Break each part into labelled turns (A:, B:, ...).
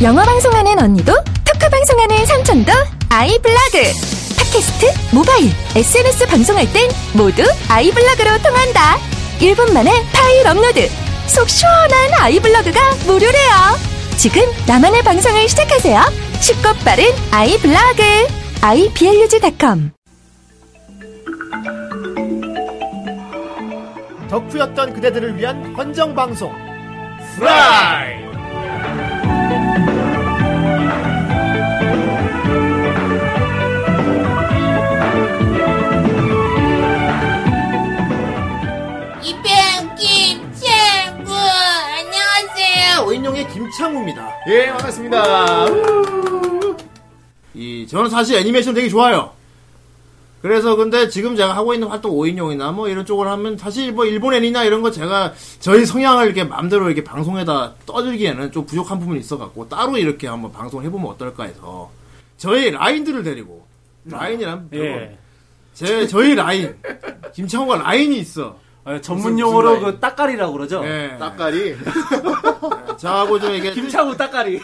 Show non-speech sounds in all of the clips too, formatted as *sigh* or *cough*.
A: 영어 방송하는 언니도 토크 방송하는 삼촌도 아이블로그 팟캐스트, 모바일, SNS 방송할 땐 모두 아이블로그로 통한다. 1분 만에 파일 업로드. 속 시원한 아이블로그가 무료래요. 지금 나만의 방송을 시작하세요. 쉽고 빠른 아이블로그. iblog.com
B: 덕후였던 그대들을 위한 헌정 방송.
C: 프라이
D: 이병김 친구 안녕하세요.
B: 네, 오인용의 김창우입니다.
C: 예 반갑습니다
B: 이 저는 사실 애니메이션 되게 좋아요. 그래서 근데 지금 제가 하고 있는 활동 오인용이나 뭐 이런 쪽을 하면 사실 뭐 일본 애니나 이런 거 제가 저희 성향을 이렇게 마음대로 이렇게 방송에다 떠들기에는 좀 부족한 부분이 있어갖고 따로 이렇게 한번 방송을 해보면 어떨까 해서 저희 라인들을 데리고 라인이란
E: 예.
B: 제 저희 라인 김창호가 라인이 있어.
E: 아,
B: 무슨
E: 전문 용어로
B: 라인?
E: 그 따까리라고 그러죠.
B: 예.
C: 딱가리
B: *laughs* 저하고 좀 이게
E: 김창우 따까리.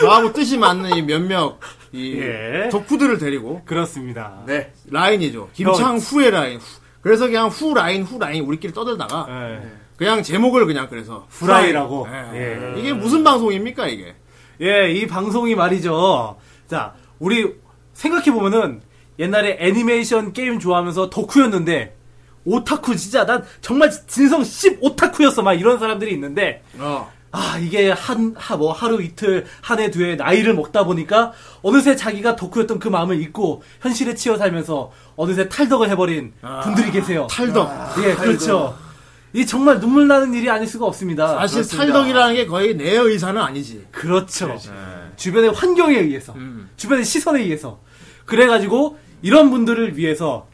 B: 저하고 뜻이 맞는 이 몇몇 이
E: 예.
B: 덕후들을 데리고
E: *laughs* 그렇습니다.
C: 네
B: 라인이죠. 김창후의 라인. 후. 그래서 그냥 후 라인 후 라인 우리끼리 떠들다가
E: 예.
B: 그냥 제목을 그냥 그래서
E: 후라이라고.
B: 예. 이게 무슨 방송입니까 이게?
E: 예, 이 방송이 말이죠. 자, 우리 생각해보면은 옛날에 애니메이션 게임 좋아하면서 덕후였는데, 오타쿠 진짜 난 정말 진성 10 오타쿠였어 막 이런 사람들이 있는데
B: 어.
E: 아 이게 한뭐 하루 이틀 한 해 두 해 나이를 먹다 보니까 어느새 자기가 덕후였던 그 마음을 잊고 현실에 치여 살면서 어느새 탈덕을 해버린 분들이 계세요.
B: 탈덕.
C: 아,
E: 예, 그렇죠. 이 정말 눈물 나는 일이 아닐 수가 없습니다.
B: 사실 탈덕이라는 게 거의 내 의사는 아니지.
E: 그렇죠.
C: 네,
E: 주변의 환경에 의해서,
C: 음.
E: 주변의 시선에 의해서. 그래가지고 이런 분들을 위해서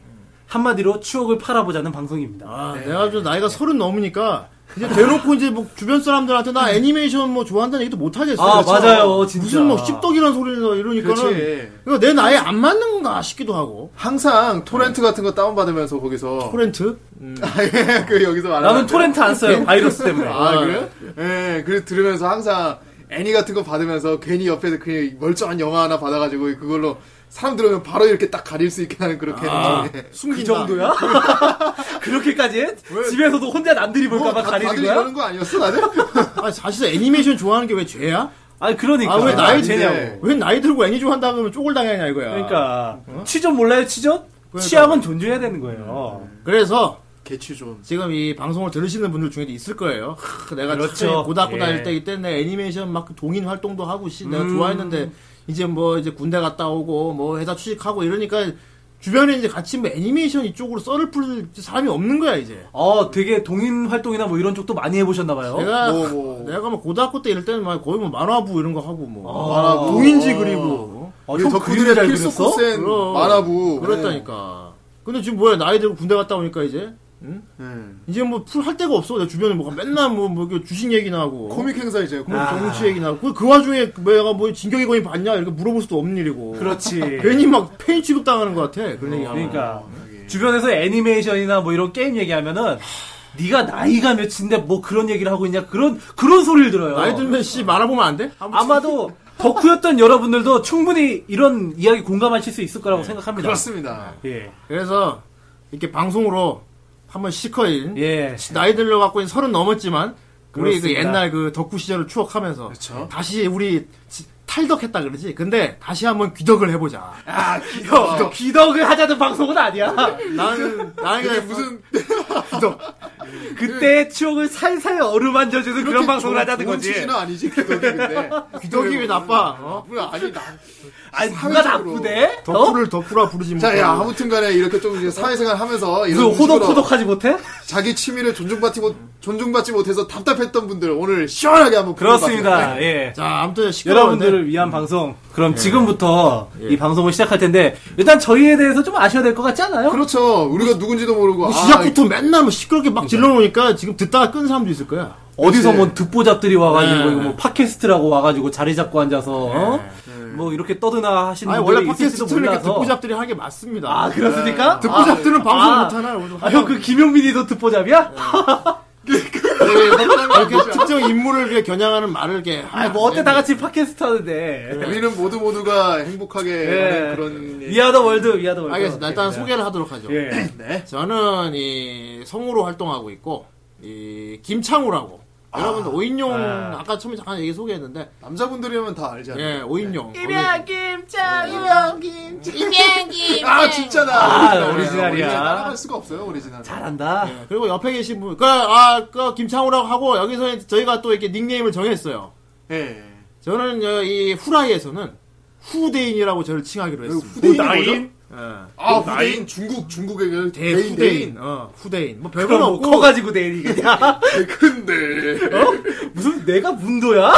E: 한마디로 추억을 팔아보자는 방송입니다.
B: 아, 내가 좀 나이가 서른 넘으니까 이제 대놓고 이제 뭐 주변 사람들한테 나 애니메이션 뭐 좋아한다는 얘기도 못 하겠어.
E: 아, 맞아요, 진짜.
B: 무슨 뭐 씹덕이란 소리를 이러니까는
C: 그렇지.
B: 그러니까 내 나이에 안 맞는 건가 싶기도 하고.
E: 네.
C: 항상 토렌트 같은 거 다운받으면서 거기서
B: 코렌트?
C: *laughs*
B: 음.
C: 예, 그 여기서 말하는
E: 나는 토렌트 안 써요. 바이러스 때문에. 네.
C: 아 그래요? 예, 그래서 들으면서 항상 애니 같은 거 받으면서 괜히 옆에서 그냥 멀쩡한 영화 하나 받아가지고 그걸로 사람 들으면 바로 이렇게 딱 가릴 수 있게 하는 예. 그렇게 해놓은 게.
E: 그
C: 어,
E: 정도야? *laughs* 그렇게까지 해? 집에서도 혼자 남들이
C: 아. 뭐,
E: 볼까봐
C: 다-
E: 가리는
C: 다들
E: 거야?
C: 이러는 거 아니었어
E: *laughs*
C: 나들?
B: 아, 사실 애니메이션 좋아하는 게 왜 죄야?
E: 아, 그러니까.
B: 아, 왜 나이
C: 죄냐?
B: 드냐고. 왜 나이 들고 애니 좋아한다 그러면 쪼글 당하냐 이거야.
E: 그러니까.
C: 어?
E: 취존 몰라요, 취존? 취향은 존중해야 되는 거예요.
C: 음.
B: 그래서
C: 개취 좀.
B: 지금 이 방송을 들으시는 분들 중에도 있을 거예요. 하, 내가
E: 그렇죠.
B: 그렇죠. 고등학교
E: 예.
B: 다닐 때 이때 내 애니메이션 막 동인 활동도 하고 씨 내가 좋아했는데 이제 뭐 이제 군대 갔다 오고 뭐 회사 취직하고 이러니까 주변에 이제 같이 뭐 애니메이션 이쪽으로 썰을 풀 사람이 없는 거야 이제.
E: 어, 되게 동인 활동이나 뭐 이런 쪽도 많이 해보셨나봐요.
B: 내가
C: 뭐, 뭐.
B: 내가 뭐 고등학교 때 이럴 때는 막 거의 뭐 만화부 이런 거 하고 뭐
E: 아,
B: 동인지 그리고
E: 어,
C: 우리 *laughs* 덕후들의 아, 필수 코센
B: 어, 그럼.
C: 만화부.
B: 그랬다니까. 근데 지금 뭐야 나이 들고 군대 갔다 오니까 이제
C: 예.
E: 어?
B: 이제 뭐 풀 할 데가 없어. 내 주변에 뭐가 맨날 뭐, 뭐 이렇게 주식 얘기나 하고.
C: 코믹 행사 이제
E: 아.
B: 뭐 정치 얘기나 하고. 그, 그 와중에 그 내가 뭐 진격의 거인 봤냐? 이렇게 물어볼 수도 없는 일이고.
E: 그렇지.
B: 괜히 막 페인 취급당하는 것 같아. 그런 얘기 하면.
E: 그러니까 주변에서 애니메이션이나 뭐 이런 게임 얘기하면은 네가 나이가 몇인데 뭐 그런 얘기를 하고 있냐 그런 그런 소리를 들어요.
B: 나이 들면 씨 말아보면 안 돼?
E: 아마도 덕후였던 여러분들도 충분히 이런 이야기 공감하실 수 있을 거라고 생각합니다.
C: 그렇습니다.
E: 예,
B: 그래서 이렇게 방송으로 한번 시커인.
E: 예,
B: 나이 들려 갖고 이제 서른 넘었지만 우리 그
E: 그렇습니다.
B: 옛날 그 덕후 시절을 추억하면서
C: 그렇죠.
B: 다시 우리 지- 탈덕했다 그러지. 근데 다시 한번 귀덕을 해보자.
E: 형, 기덕을 하자는 방송은 아니야.
B: 나는 나는
C: 이게
B: 그냥
C: 무슨
E: 그때 추억을 살살 어루만져주는 그런 방송을 하자는 거지.
C: 는 아니지 기덕이 근데.
E: *laughs*
B: 귀덕이 왜 나빠? 어?
C: 뭐야 아니 나.
E: 아니 누가
C: 사회적으로.
E: 나쁘대? 어?
B: 덕후를 덕후라 부르지 뭐. 못해.
C: 자야 아무튼간에 이렇게 좀 이제 사회생활 하면서
E: 그
C: 이런 식으로
E: 호덕호덕하지 못해?
C: 자기 취미를 존중받지 못 존중받지 못해서 답답했던 분들 오늘 시원하게 한번 네. 풀어봤어요.
E: 그렇습니다. 예.
B: 자, 아무튼
E: 여러분들을 위한 방송.
B: 예.
E: 그럼 지금부터 이 방송을 시작할 텐데 일단 저희에 대해서 좀 아셔야 될 것 같지 않아요?
C: 그렇죠. 우리가 누군지도 모르고
B: 뭐
C: 아,
B: 시작부터 맨날 뭐 시끄럽게
E: 네.
B: 막 질러놓으니까 지금 듣다가 끈 사람도 있을 거야.
E: 어디서 뭐 듣보잡들이 와가지고
B: 네.
E: 이거 뭐 팟캐스트라고 와가지고 자리 잡고 앉아서 어? 뭐 이렇게 떠드나 하시는
B: 예. 아니
E: 분들이
B: 원래
E: 있을지도
B: 팟캐스트는 이렇게
E: 몰라서
B: 듣보잡들이 예. 하는 게 맞습니다.
E: 아 그렇습니까?
B: 듣보잡들은 방송
E: 아.
B: 못하나? 예.
E: 아 형 그 김용민이도 듣보잡이야?
C: 네,
B: 이렇게 특정 인물을 이렇게 겨냥하는 네, 말을 이렇게.
E: *laughs* 아, 뭐 어때 다 같이 팟캐스트 하는데. 예.
C: 우리는 모두 모두가 행복하게
E: 네.
C: 하는 그런 일.
E: 위아더 월드, 위아더 월드.
B: 알겠습니다. 일단 소개를 하도록 하죠.
E: 네, 예.
C: 네.
B: 저는 이 성우로 활동하고 있고 이 김창우라고 여러분들 오인용
E: 아.
B: 아. 까 처음에 잠깐 얘기 소개했는데
C: 남자분들이면 다 알지 않나요?
E: 네.
B: 예 오인용
D: 이명기.
C: *laughs* 아 진짜다.
E: 아,
C: 오리지널이야.
E: 오리지널이야.
C: 오리지널 따라갈 수가 없어요 오리지널.
E: 잘한다.
B: 예, 그리고 옆에 계신 분, 그, 아, 그, 김창우라고 하고, 여기서 저희가 또 이렇게 닉네임을 정했어요.
C: 예.
B: 저는, 어, 이, 후라이에서는, 후대인이라고 저를 칭하기로 했습니다.
C: 그 후대인이
E: 뭐, 나인?
B: 예.
C: 아 후대인 중국 중국의 그 대인
B: 대후대인,
C: 대인.
B: 어, 후대인. 뭐, 별건
E: 그럼 뭐
B: 없고.
E: 커가지고 내리겠냐?
C: 근데
E: *laughs* 무슨 내가 문도야?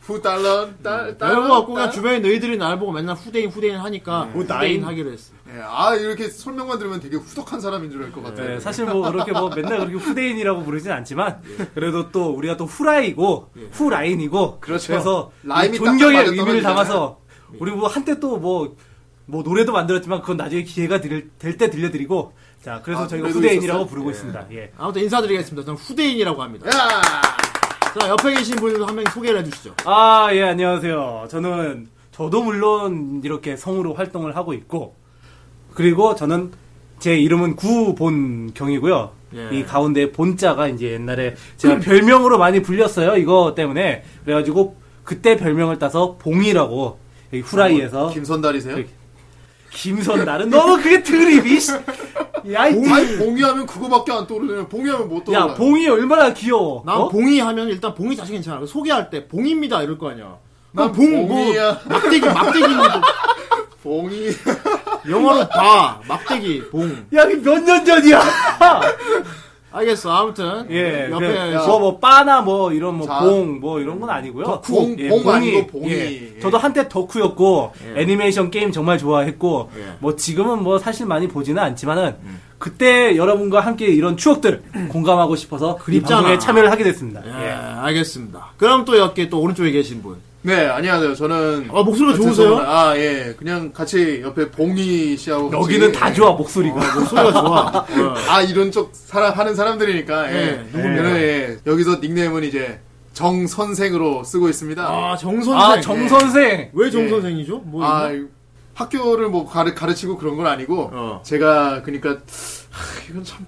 C: 후 달러
E: 음,
C: 달
B: 별건
C: 달러
B: 없고, 그냥 주변에 너희들이 날 보고 맨날 후대인, 후대인 하니까, 후대인
E: 나인?
B: 하기로 했어.
C: 예, 아 이렇게 설명만 들으면 되게 후덕한 사람인 줄 알 것 같아요.
E: 네, 사실 뭐 그렇게 뭐 맨날 그렇게 후대인이라고 부르진 않지만 그래도 또 우리가 또 후라이고 후라인이고
C: 예. 그렇죠.
E: 래서
C: 라임이 딱
E: 존경의
C: 맞아
E: 의미를
C: 떨어지잖아요. 예.
E: 담아서 우리 뭐 한때 또 뭐 뭐 노래도 만들었지만 그건 나중에 기회가 될 때 들려드리고 자 그래서
C: 아,
E: 저희가
C: 노래도
E: 후대인이라고
C: 있었어요?
E: 부르고 있습니다. 예.
B: 아무튼 인사드리겠습니다. 저는 후대인이라고 합니다.
C: 야.
B: 자, 옆에 계신 분들 한 명 소개를 해주시죠.
E: 아 예 안녕하세요. 저는 저도 물론 이렇게 성우로 활동을 하고 있고 그리고 저는 제 이름은 구본경이고요.
B: 예.
E: 이 가운데 본자가 이제 옛날에 제가 별명으로 많이 불렸어요. 이거 때문에 그래가지고 그때 별명을 따서 봉이라고 여기 후라이에서
C: 아, 뭐, 김선달이세요?
E: 이렇게. 김선달은 너무 그게 드립이 씨. 야, 이
C: 아니 봉이하면 그거밖에 안 떠오르네요. 봉이하면 못 떠올라.
E: 야 봉이 얼마나 귀여워.
B: 난
E: 어?
B: 봉이 하면 일단 봉이 자신 괜찮아. 소개할 때 봉입니다 이럴 거 아니야.
C: 난
B: 난봉 뭐,
C: 봉이야.
B: 막대기 막대기입니다.
C: 봉이 *laughs*
B: 영어로 봐 막대기 봉.
E: 야, 몇 년 전이야.
B: 알겠어. 아무튼
E: 예,
B: 옆에
E: 옆에 뭐, 뭐, 빠나 뭐, 이런 뭐,
C: 자,
E: 봉, 뭐, 이런 건 아니고요.
C: 덕후, 봉, 봉 아니고 봉이. 예.
E: 저도 한때 덕후였고, 애니메이션 게임 정말 좋아했고,
B: 예.
E: 뭐, 지금은 뭐, 사실 많이 보지는 않지만은,
C: 음.
E: 그때 여러분과 함께 이런 추억들 공감하고 싶어서 이
B: 그립잖아.
E: 방송에 참여를 하게 됐습니다.
B: 예,
E: 예.
B: 알겠습니다. 그럼 또 옆에 또 오른쪽에 계신 분.
C: 네 안녕하세요. 저는
B: 아, 목소리가 좋으세요?
C: 아예 그냥 같이 옆에 봉이 씨하고
E: 여기는
C: 같이-
E: 다 좋아, 목소리가.
B: 목소리가 *laughs* 좋아. 어.
C: 아 이런 쪽 사람 하는 사람들이니까
B: 예,
C: 예.
E: 네,
B: 누굽니까?
C: 예, 예. 여기서 닉네임은 이제 정 선생으로 쓰고 있습니다.
B: 아 정선생.
E: 아, 정선생.
B: 왜 정선생이죠? 뭐
C: 아,
B: 있나?
C: 학교를 뭐 가르, 가르치고 그런 건 아니고
B: 어. 제가
C: 제가 그러니까 하, 이건 참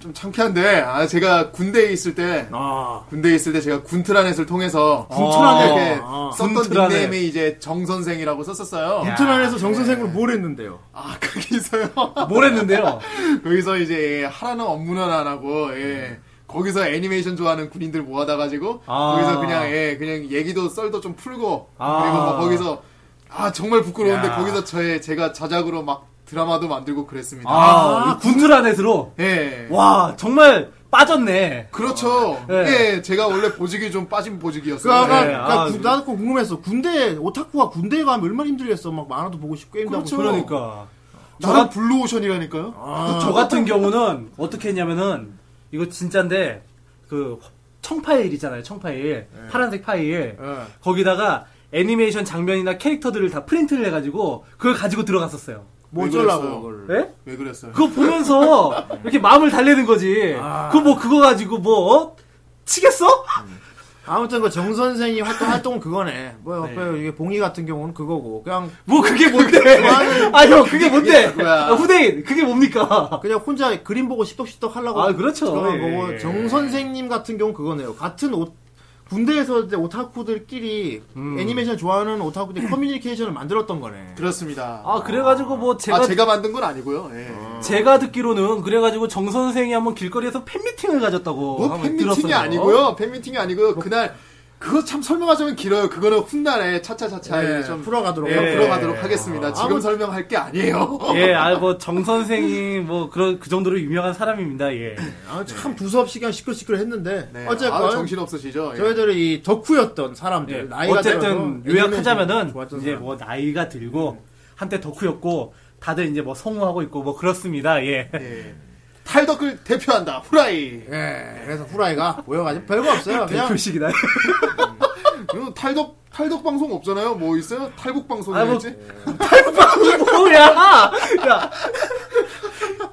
C: 좀 창피한데 아 제가 군대에 있을 때
B: 아
C: 군대에 있을 때 제가 군트라넷을 통해서
B: 군트라넷.
C: 이렇게
B: 아,
C: 썼던
E: 군트라넷.
C: 닉네임이 이제 정 선생이라고 썼었어요.
B: 인천 안에서 정선생을 뭘 했는데요?
C: 아 *laughs* 거기서요.
E: 뭘 했는데요?
C: 거기서 이제 예, 하라는 업무는 안 하고 예. 거기서 애니메이션 좋아하는 군인들 모아다 가지고
E: 아.
C: 거기서 그냥 예 그냥 얘기도 썰도 좀 풀고
E: 아.
C: 그리고 뭐 거기서 아 정말 부끄러운데
E: 야.
C: 거기서 저의 제가 자작으로 막 드라마도 만들고 그랬습니다.
E: 아, 군드라넷으로.
C: 예.
E: 와, 정말 빠졌네.
C: 그렇죠.
E: 예.
C: 예. 제가 원래 보직이 좀 빠진 보직이었어요. 예.
B: 그러니까,
E: 네,
B: 그러니까
E: 아,
B: 구- 나도 그거 궁금했어. 군대 오타쿠가 군대 에 가면 얼마나 힘들겠어. 막 만화도 보고 싶고 게임도
C: 그렇죠.
B: 하고. 싶고.
E: 그러니까.
C: 나는 블루오션이라니까요.
B: 아,
E: 저 같은 경우는 어떻게 했냐면은 이거 진짜인데 그 청파일 있잖아요 청파일 파란색 파일
B: 예.
E: 거기다가 애니메이션 장면이나 캐릭터들을 다 프린트를 해가지고 그걸 가지고 들어갔었어요
B: 뭐
C: 왜
B: 어쩌려고
C: 그랬어요?
B: 그걸.
E: 예?
C: 왜 그랬어요?
E: 그거 *laughs* 보면서 이렇게 마음을 달래는 거지 그거 뭐 그거 가지고 뭐 어? 치겠어?
B: 아무튼 그 정 선생이 *laughs* 활동 활동은 그거네. 뭐 옆에 이게 봉이 같은 경우는 그거고 그냥
E: 뭐 그게 뭔데 *laughs* 아 형 그게 뭔데
C: 뭐야.
E: 아, 후대인 그게 뭡니까
B: 그냥 혼자 그림 보고 시떡시떡 하려고
E: 아, 그렇죠.
B: 그런
E: 예.
B: 거고 정 선생님 같은 경우는 그거네요. 같은 옷 군대에서 이제 오타쿠들끼리 애니메이션 좋아하는 *clears throat* 오타쿠들 커뮤니케이션을 만들었던 거네.
C: 그렇습니다. 아
E: 아 그래가지고 뭐
C: 제가,
E: 제가
C: 만든 건 아니고요. 예.
E: 제가 듣기로는 그래가지고 정 선생이 한번 길거리에서 팬미팅을 가졌다고
C: 뭐
E: 하고
C: 팬미팅이
E: 들었어요.
C: 아니고요. 팬미팅이 아니고요. 그날 그거 참 설명하자면 길어요. 그거는 훗날에 차차차차
B: 예,
C: 이제 좀
B: 풀어가도록.
C: 예,
B: 하고.
C: 풀어가도록 하겠습니다. 지금
B: 아무-
C: 설명할 게 아니에요.
E: 예, 알고 정 선생이 뭐 그런 그 정도로 유명한 사람입니다. 예.
B: 아, 참 두서없이 그냥 시끌시끌했는데
C: 네.
B: 어쨌건
C: 아, 정신 없으시죠? 예.
B: 저희들은 이 덕후였던 사람들
E: 예.
B: 나이가
E: 어쨌든
B: 네. 들어서 애니메이션
E: 요약하자면은
B: 좋았던
E: 이제
B: 사람.
E: 뭐 나이가 들고 한때 덕후였고 다들 이제 뭐 성우하고 있고 뭐 그렇습니다. 예.
C: 예. 탈덕을 대표한다. 후라이.
B: 예, 그래서 후라이가 모여가지고 별거 *laughs* 없어요. 그냥
E: 대표식이다.
C: 그리고 탈덕 탈덕 방송 없잖아요. 뭐 있어요? 탈북
E: 아, *laughs* 뭐-
C: 방송이겠지?
E: 뭐야? 야,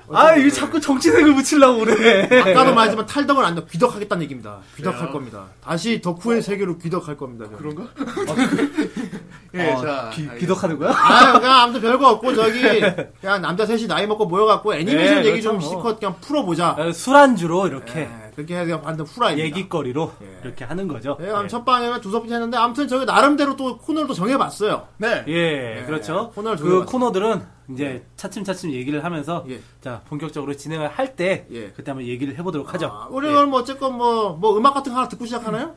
E: 아, 이거 자꾸 정치색을 붙이려고 그래.
B: 아까도 말했지만 탈덕은 안 돼. 귀덕하겠다는 얘기입니다. 귀덕할 겁니다. 다시 덕후의 세계로 귀덕할 겁니다. 저는.
C: 그런가? 예, 자.
E: 어, 귀,
C: 알겠습니다.
E: 귀덕하는 거야?
B: 아, 그냥 아무튼 별거 없고 저기 그냥 남자 셋이 나이 먹고 모여갖고 애니메이션
E: 네,
B: 얘기 좀
E: 그렇죠.
B: 실컷 그냥 풀어보자.
E: 아, 술안주로 이렇게
B: 예, 그렇게 해서 그냥 완전 후라입니다.
E: 얘기거리로 이렇게 하는 거죠.
B: 예, 아무튼 첫 방에는 두 번째 했는데 아무튼 저희 나름대로 또 코너를 또 정해봤어요.
C: 네.
E: 예, 그렇죠.
B: 코너를
E: 그
B: 돌려봤어요.
E: 코너들은 이제 차츰차츰 얘기를 하면서
B: 예.
E: 자 본격적으로 진행을 할 때
B: 예.
E: 그때 한번 얘기를 해보도록 하죠.
B: 아,
E: 아,
B: 우리 오늘 뭐 어쨌건 뭐, 뭐 음악 같은 거 하나 듣고 시작하나요?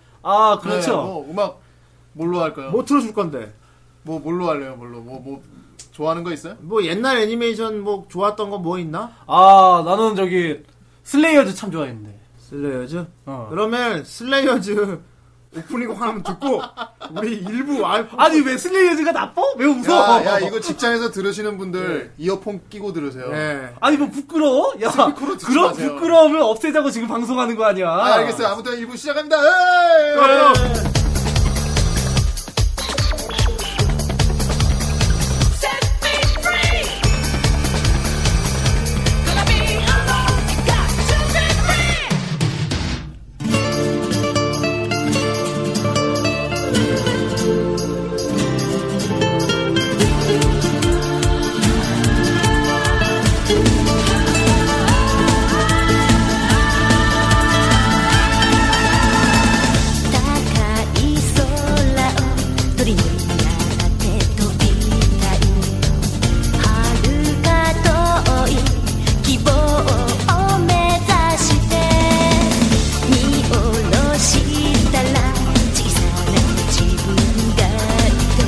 E: 그렇죠.
C: 네, 뭐 음악 뭘로 할까요? 뭐,
B: 뭐 틀어줄 건데.
C: 뭘로 할래요? 뭘로? 뭐 뭐 좋아하는 거 있어요?
B: 뭐 옛날 애니메이션 뭐 좋았던 거 뭐 있나?
E: 아 나는 저기 슬레이어즈 참 좋아했는데.
B: 슬레이어즈?
E: 어.
B: 그러면 슬레이어즈 오프닝 곡 하나만 듣고 우리 일부 알
E: 아니 왜 슬레이어즈가 나빠? 왜 웃어?
C: 야, 야 이거 직장에서 들으시는 분들 이어폰 끼고 들으세요.
B: 예.
E: 아니 뭐 부끄러워? 야
C: 부끄러워 듣지
E: 그런
C: 마세요.
E: 부끄러움을 없애자고 지금 방송하는 거 아니야?
C: 아, 알겠어요. 아무튼 일부 시작합니다. 에이!
B: 좋아요.
F: 「高い空を鳥になって飛びたい」「遥か遠い希望を目指して」「見下ろしたら小さな自分がいて」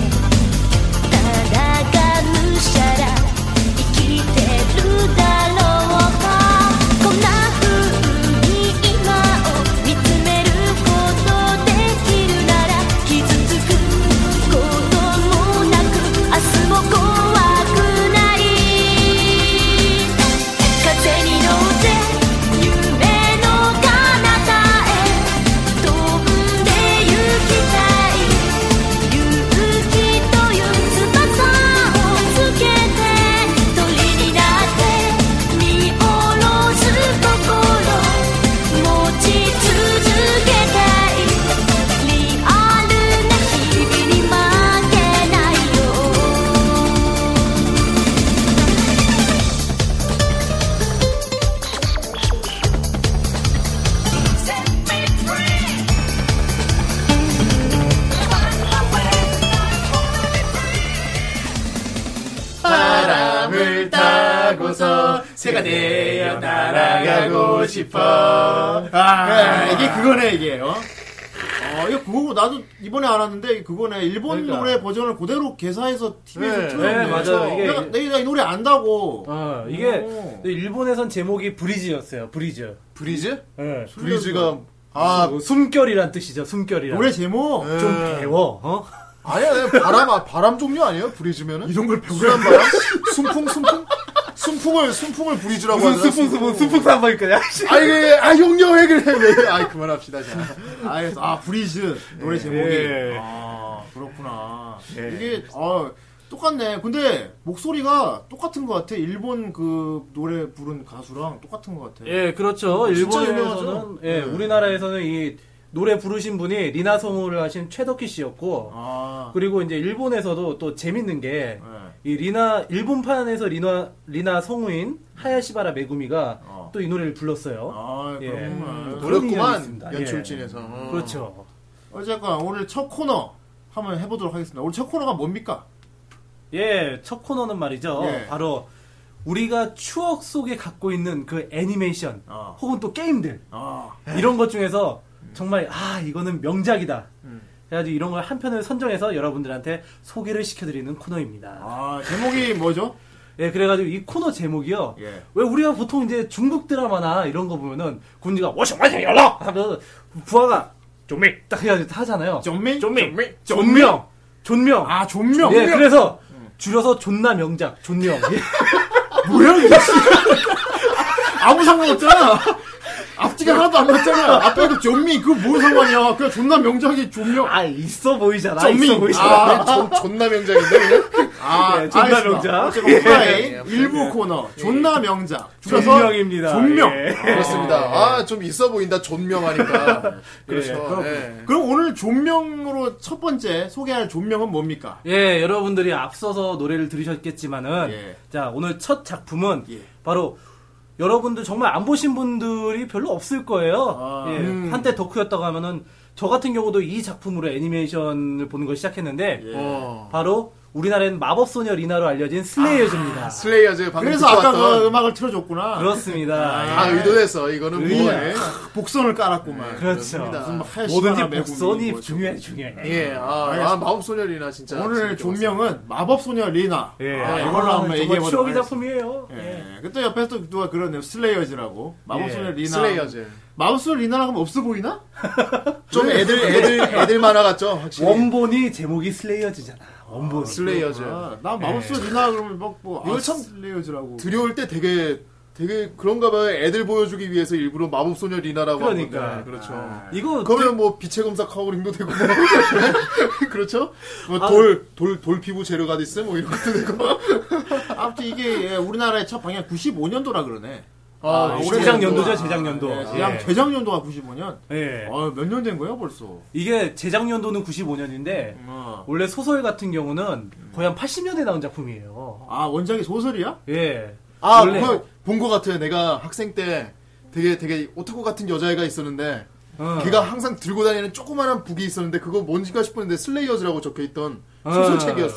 F: 「ただがむしゃら生きてるだろうか」「こんな風に今を見つめることできるなら」「傷つくこともなく明日も怖くない」「風に乗って夢の彼方へ飛んで行きたい」「勇気という翼をつけて」「鳥になって見下ろす心」「持ち続けたい」「リアルな日々に負けないよ」
C: 바람을
E: 네.
C: 타고서 새가 되어 날아가고 싶어.
E: 아.
B: 예, 이게 그거네 이게. 어? 어, 이거 그거고 나도 이번에 알았는데 그거네 일본
E: 그러니까.
B: 노래 버전을 그대로 개사해서 TV에서
C: 네,
B: 틀었네.
E: 네, 맞아요. 이게-
B: 내가, 내가 이 노래 안다고.
E: 어, 이게
B: 오.
E: 일본에선 제목이 브리지였어요. 브리즈.
C: 브리즈?
E: 예.
C: 브리즈가 아
E: 뭐 숨결이란 뜻이죠. 숨결이란.
B: 노래 제목.
E: 좀
C: 예.
E: 배워. 어?
C: 아니야, 아니야. 바람 아, 바람 종류 아니에요? 브리즈면은
B: 이런 걸 배우라.
C: 불안 바람? 순풍 순풍? 순풍을 순풍을 브리즈라고 하잖아.
E: 스푼 삼번 거냐?
C: 아 이게 아 형용 왜 그래 왜? 아 그만합시다 자.
B: 아, 그래서, 아, 브리즈. 노래 제목이.
E: 예.
B: 아, 그렇구나.
E: 네.
B: 이게, 아, 똑같네. 근데, 목소리가 똑같은 것 같아. 일본 그 노래 부른 가수랑 똑같은 것 같아.
E: 예, 그렇죠.
B: 어, 진짜
E: 일본에서는
B: 유명하죠? 네.
E: 예, 우리나라에서는 이 노래 부르신 분이 리나 성우를 하신 최덕희 씨였고
B: 아,
E: 그리고 이제 일본에서도 또 재밌는
B: 예.
E: 게이 리나 일본판에서 리나 리나 성우인 하야시바라 메구미가
B: 어.
E: 또 이 노래를 불렀어요.
B: 아,
E: 예.
B: 그렇구나.
E: 그런 인연이
C: 어렵구만
E: 있습니다.
C: 연출진에서. 어.
E: 그렇죠.
B: 어쨌건, 오늘 첫 코너 한번 해보도록 하겠습니다. 오늘 첫 코너가 뭡니까?
E: 예, 첫 코너는 말이죠.
B: 예.
E: 바로 우리가 추억 속에 갖고 있는 그 애니메이션
B: 어.
E: 혹은 또 게임들
B: 아,
E: 이런 것 중에서 정말 아 이거는 명작이다.
B: 음.
E: 그래가지고 이런 걸 한 편을 선정해서 여러분들한테 소개를 시켜드리는 코너입니다.
B: 아, 제목이 뭐죠?
E: 예, 그래가지고 이 코너 제목이요.
B: 예.
E: 왜 우리가 보통 이제 중국 드라마나 이런 거 보면은 군주가
B: 뭐,
E: 워셔 워셔 열라 하면 부하가 좀미 딱 해가지고 하잖아요.
B: 존명?
E: 존명 존명 존명.
B: 아, 존명. 음.
E: 예, 그래서 줄여서 존나 명작 존명.
B: *laughs*
E: 예.
B: 뭐야, 이게. 아무 상관 없잖아. 앞뒤가 하나도 안 맞잖아. 앞에도 존미, 그거 뭔 상관이야. 그냥 존나 명작이 존명.
E: 아 있어 보이잖아.
B: 존미.
E: 있어 보이잖아.
C: 아, 존, 존나 명작인데 그냥?
B: 아,
E: 예, 존나
B: 알겠습니다.
E: 명작.
B: 어쨌건 오프라인
C: 예.
B: 일부 코너 존나 명작. 줄여서
E: 예. 존명입니다.
B: 존명.
E: 예.
C: 그렇습니다. 아, 좀 있어 보인다. 존명하니까. 그렇죠.
E: 그렇군요.
C: 예.
B: 그럼 오늘 존명으로 첫 번째 소개할 존명은 뭡니까?
E: 예, 여러분들이 앞서서 노래를 들으셨겠지만은
B: 예.
E: 자 오늘 첫 작품은
B: 예.
E: 바로 여러분들 정말 안 보신 분들이 별로 없을 거예요.
B: 아,
E: 예, 한때 덕후였다고 하면은 저 같은 경우도 이 작품으로 애니메이션을 보는 걸 시작했는데
B: 예.
C: 어.
E: 바로 우리나라엔 마법소녀 리나로 알려진
B: 아,
E: 슬레이어즈입니다.
C: 슬레이어즈 방금
B: 그래서
C: 듣고
B: 아까
C: 왔던-
B: 그 음악을 틀어줬구나. 예.
E: 그렇습니다.
C: 아, 의도했어. 이거는
E: 의도.
C: 뭐 예.
B: 복선을 깔았구만.
E: 그렇죠.
C: 그렇습니다.
B: 막 하얀 시바나
E: 뭐든지
B: 매국이
E: 복선이
B: 뭐죠.
E: 중요해 중요해.
C: 예. 아,
B: 알겠습니다.
C: 아, 마법소녀리나 진짜.
B: 오늘
C: 재밌게 봤어요.
B: 존명은 마법소녀 리나.
E: 예.
B: 아, 이걸로 한번
E: 정말
B: 얘기해보도록
E: 추억의
B: 하겠습니다.
E: 작품이에요. 예.
B: 예. 그때 옆에서 또 누가 그러네요. 슬레이어즈라고. 마법소녀
E: 예.
B: 리나.
C: 슬레이어즈.
B: 마법소녀 리나라고 하면 없어 보이나?
C: 좀 *laughs* 애들 애들 애들 만화 같죠. 확실히.
E: 예. 원본이 제목이 슬레이어즈잖아. 원본.
C: 슬레이어즈.
B: 아, 난
E: 예.
B: 마법소녀 리나 그러면 막 뭐,
C: 이거
B: 아,
C: 참
B: 슬레이어즈라고.
C: 들여올 때 되게 되게 그런가 봐요. 애들 보여주기 위해서 일부러 마법소녀 리나라고 한 건데.
E: 그러니까.
C: 그렇죠.
E: 이거
C: 그러면 뭐 빛의 검사 카오링도 되고 뭐 *laughs* 그렇죠? 뭐 돌 돌 돌 피부 재료가 있음 뭐 이런 것도 되고
B: 아무튼 이게 예, 우리나라의 첫 방향 95년도라 그러네.
C: 아,
B: 올해
E: 재작년도죠, 재작년도.
B: 예, 재작,
E: 예.
B: 재작년도가 95년.
E: 예.
B: 아, 몇 년 된 거야 벌써?
E: 이게 재작년도는 95년인데
B: 어.
E: 원래 소설 같은 경우는 거의 한 80년에 나온 작품이에요.
B: 아 원작이 소설이야?
E: 예.
C: 아,
E: 원래-
C: 본것 같아요. 내가 학생 때 되게 되게 오타쿠 같은 여자애가 있었는데
E: 어.
C: 걔가 항상 들고 다니는 조그마한 북이 있었는데 그거 뭔지가 싶었는데 슬레이어즈라고 적혀 있던
E: 어,
C: 소설책이었어.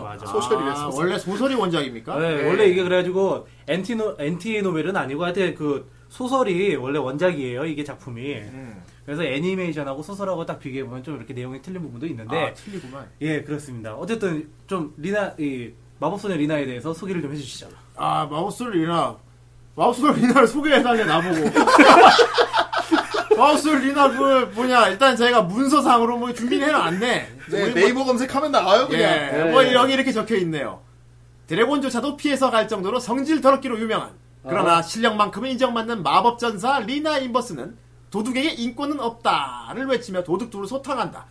E: 맞아, 맞아, 맞아.
C: 소설이래.
B: 아,
C: 소설.
B: 원래 소설이 원작입니까?
E: 예,
C: 예.
E: 원래 이게 그래가지고 엔티노 엔티 노벨은 아니고 하여튼 그 소설이 원래 원작이에요. 이게 작품이.
B: 음.
E: 그래서 애니메이션하고 소설하고 딱 비교해 보면 좀 이렇게 내용이 틀린 부분도 있는데
B: 아, 틀리구만.
E: 예 그렇습니다. 어쨌든 좀 리나 이 마법소녀 리나에 대해서 소개를 좀 해주시죠.
B: 아 마우스를 리나 마우스를 리나를 소개해달래 나보고 마우스를 리나 그 뭐냐 일단 저희가 문서상으로 뭐 준비는 해놨네 뭐
C: 네,
E: 뭐-
B: 우리
C: 네이버 검색하면 나와요
B: 뭐,
C: 그냥.
B: 예, 뭐 여기 이렇게 적혀있네요 드래곤조차도 피해서 갈 정도로 성질 더럽기로 유명한 그러나 실력만큼은 인정받는 마법전사 리나 인버스는 도둑에게 인권은 없다를 외치며 도둑들을 소탕한다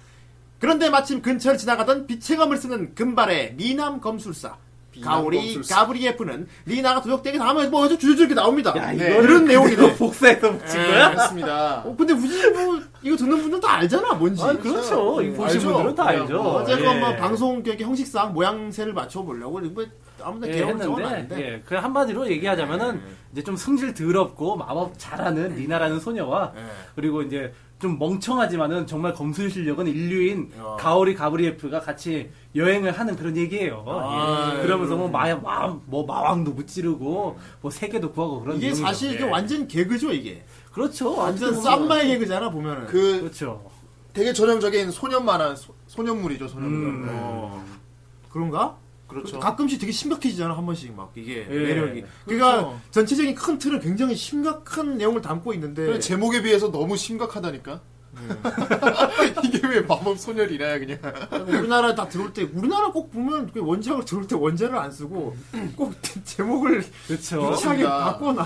B: 그런데 마침 근처를 지나가던 빛의 검을 쓰는 금발의 미남 검술사 가오리
C: 검술사.
B: 가브리에프는 리나가 도둑되게 당하면 뭐 해서 줄줄 이렇게 나옵니다.
E: 이거를
B: 이런
E: *laughs*
B: 내용이네.
E: 그 복사해서 붙인 거야?
C: 그렇습니다.
B: 어, 근데 굳이 뭐 이거 듣는 분들은 다 알잖아 뭔지.
E: 아, 그렇죠. 이거 보신
C: 알죠.
E: 분들은 다
C: 그냥
E: 알죠.
C: 음. 뭐
B: 어쨌건
E: 예.
B: 뭐 방송 격의 형식상 모양새를 맞춰보려고 뭐 아무나
E: 예,
B: 개혁을 적은
E: 했는데,
B: 아닌데. 예,
E: 예, 그 한마디로 얘기하자면은, 이제 좀 성질 더럽고 마법 잘하는 리나라는 소녀와,
B: 예.
E: 그리고 이제 좀 멍청하지만은 정말 검술 실력은 인류인
B: 어.
E: 가오리 가브리에프가 같이 여행을 하는 그런 얘기예요.
B: 아,
E: 예.
B: 예,
E: 그러면서 뭐 마, 마, 뭐 마왕도 무찌르고, 뭐 세계도 구하고 그런
B: 이게
E: 내용이죠.
B: 사실 이게
E: 예.
B: 완전 개그죠 이게.
E: 그렇죠.
B: 완전
E: 완전
B: 쌈마의 개그잖아 보면은.
C: 그
E: 그렇죠.
C: 되게 전형적인 소년 만화 소, 소년물이죠
E: 음.
C: 소년물. 네.
B: 어, 그런가?
C: 그렇죠.
B: 가끔씩 되게 심각해지잖아 한 번씩 막 이게
E: 예.
B: 매력이. 그러니까
C: 그렇죠.
B: 전체적인 큰 틀은 굉장히 심각한 내용을 담고 있는데.
C: 그래,
E: 그렇죠.
C: 제목에 비해서 너무 심각하다니까.
E: 네.
C: *laughs* 이게 왜 마법 소녀리나야 그냥.
B: 우리나라 다 들어올 때 우리나라 꼭 보면 그 원작을 들어올 때 원제를 안 쓰고
E: 음.
B: 꼭 *laughs* 제목을
E: 그렇죠.
B: 유치하게
C: 그렇습니다.
B: 바꿔놔.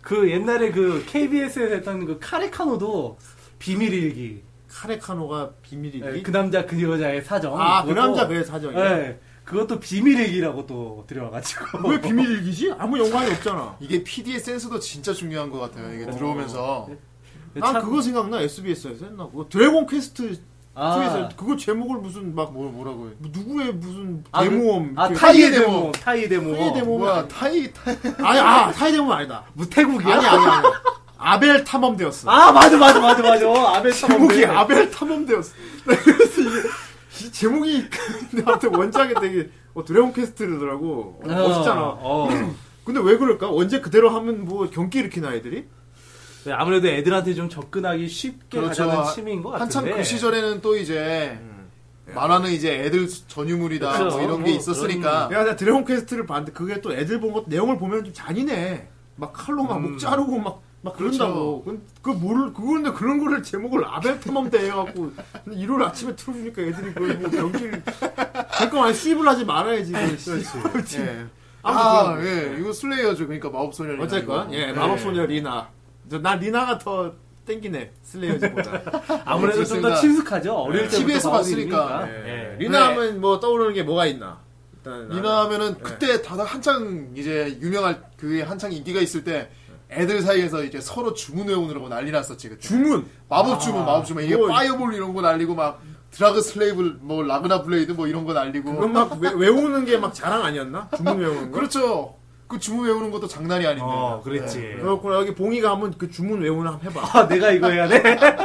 E: 그 옛날에 그 KBS에서 했던 그 카레카노도 비밀일기.
B: 카레카노가 비밀이니.
E: 예, 그 남자 그 여자의 사정.
B: 아, 그
E: 그것도-
B: 남자 그 사정이.
E: 예. 그것도 비밀일기라고 또 들여와가지고.
B: 왜
E: *laughs*
B: 비밀일기지? 아무 연관이 없잖아.
C: 이게 PD의 센스도 진짜 중요한 것 같아요. 이게 들어오면서
B: 난
E: 예, 참-
B: 아, 그거 생각나 SBS에서 했나 그거 드래곤 퀘스트
E: 아.
B: 2에서 그거 제목을 무슨 막
C: 뭐 뭐라고 해.
B: 누구의 무슨
E: 아,
B: 그 데모험
E: 아,
B: 이렇게-
E: 타이의
C: 타이의 데모.
E: 데모. 타이의 데모.
B: 타이의 데모.
C: 뭐야 타이 타이.
B: 아니 아 타이 데모험 아니다
E: 무태국이야?
B: 아니 아니 아니 아벨 탐험대였어
E: 아, 네. 맞아, 맞아, 맞아, 맞아. 아베
B: *laughs* 제목이
E: 사범대.
B: 아벨 탐험대였어 그래서 이게 이 제목이 나한테 원작에 되게 어, 드래곤 퀘스트더라고 어,
E: 어,
B: 멋있잖아 *clears throat*
E: 어.
B: 근데 왜 그럴까 언제 그대로 하면 뭐 경기 일으키나 애들이
E: 네, 아무래도 애들한테 좀 접근하기 쉽게
B: 그렇죠.
E: 가자는 취미인 것 같은데.
C: 한참 그 시절에는 또 이제 만화는 이제 애들 전유물이다
E: 그렇죠.
C: 뭐 이런
E: 뭐
C: 게 있었으니까.
B: 내가 내가 드래곤 퀘스트를 봤는데 그게 또 애들 본 것 내용을 보면 좀 잔인해. 막 칼로 막
C: 음.
B: 목 자르고 막. 막
C: 그렇죠.
B: 그런다고. 그, 그, 뭘, 그건데 그런 거를 제목을 아벨탐험 대회 해갖고, 일요일 아침에 틀어주니까 애들이 그걸 뭐 경기를, 잠깐만, 수입을 하지 말아야지. 그걸.
C: 예.
B: 아무튼
C: 아, 예. 이거 슬레이어죠. 그러니까 마법 소녀리나.
B: 어쨌건,
C: 이거.
B: 예, 마법소녀 리나. 저난 리나가 더 땡기네,
C: *laughs*
B: 슬레이어즈보다. 네.
E: 아무래도 좀 더
C: 그렇습니다.
E: 친숙하죠. 어릴 때.
C: TV에서 봤으니까.
E: 예.
B: 리나 하면 뭐 떠오르는 게 뭐가 있나? 일단 나는-
C: 미나하면은 그때 다들 한창 이제 유명할 그게 한창 인기가 있을 때 애들 사이에서 이제 서로 주문해 오느라고 난리 났었지 그때.
B: 주문
C: 마법 주문 마법 주문 이게
B: 뭐,
C: 파이어볼 이런 거 날리고 막 드라그 슬레이브 뭐 라그나 블레이드 뭐 이런 거 날리고
B: 그건 막 외, 외우는 게 막 자랑 아니었나? 주문 외우는 거?
C: 그렇죠. 그 주문 외우는 것도 장난이 아닌데.
B: 네.
E: 어, 그랬지.
B: 그렇구나. 여기 봉이가 한번 그 주문 외우는 한번 해봐.
E: 아, 내가 이거 해야 돼? *laughs*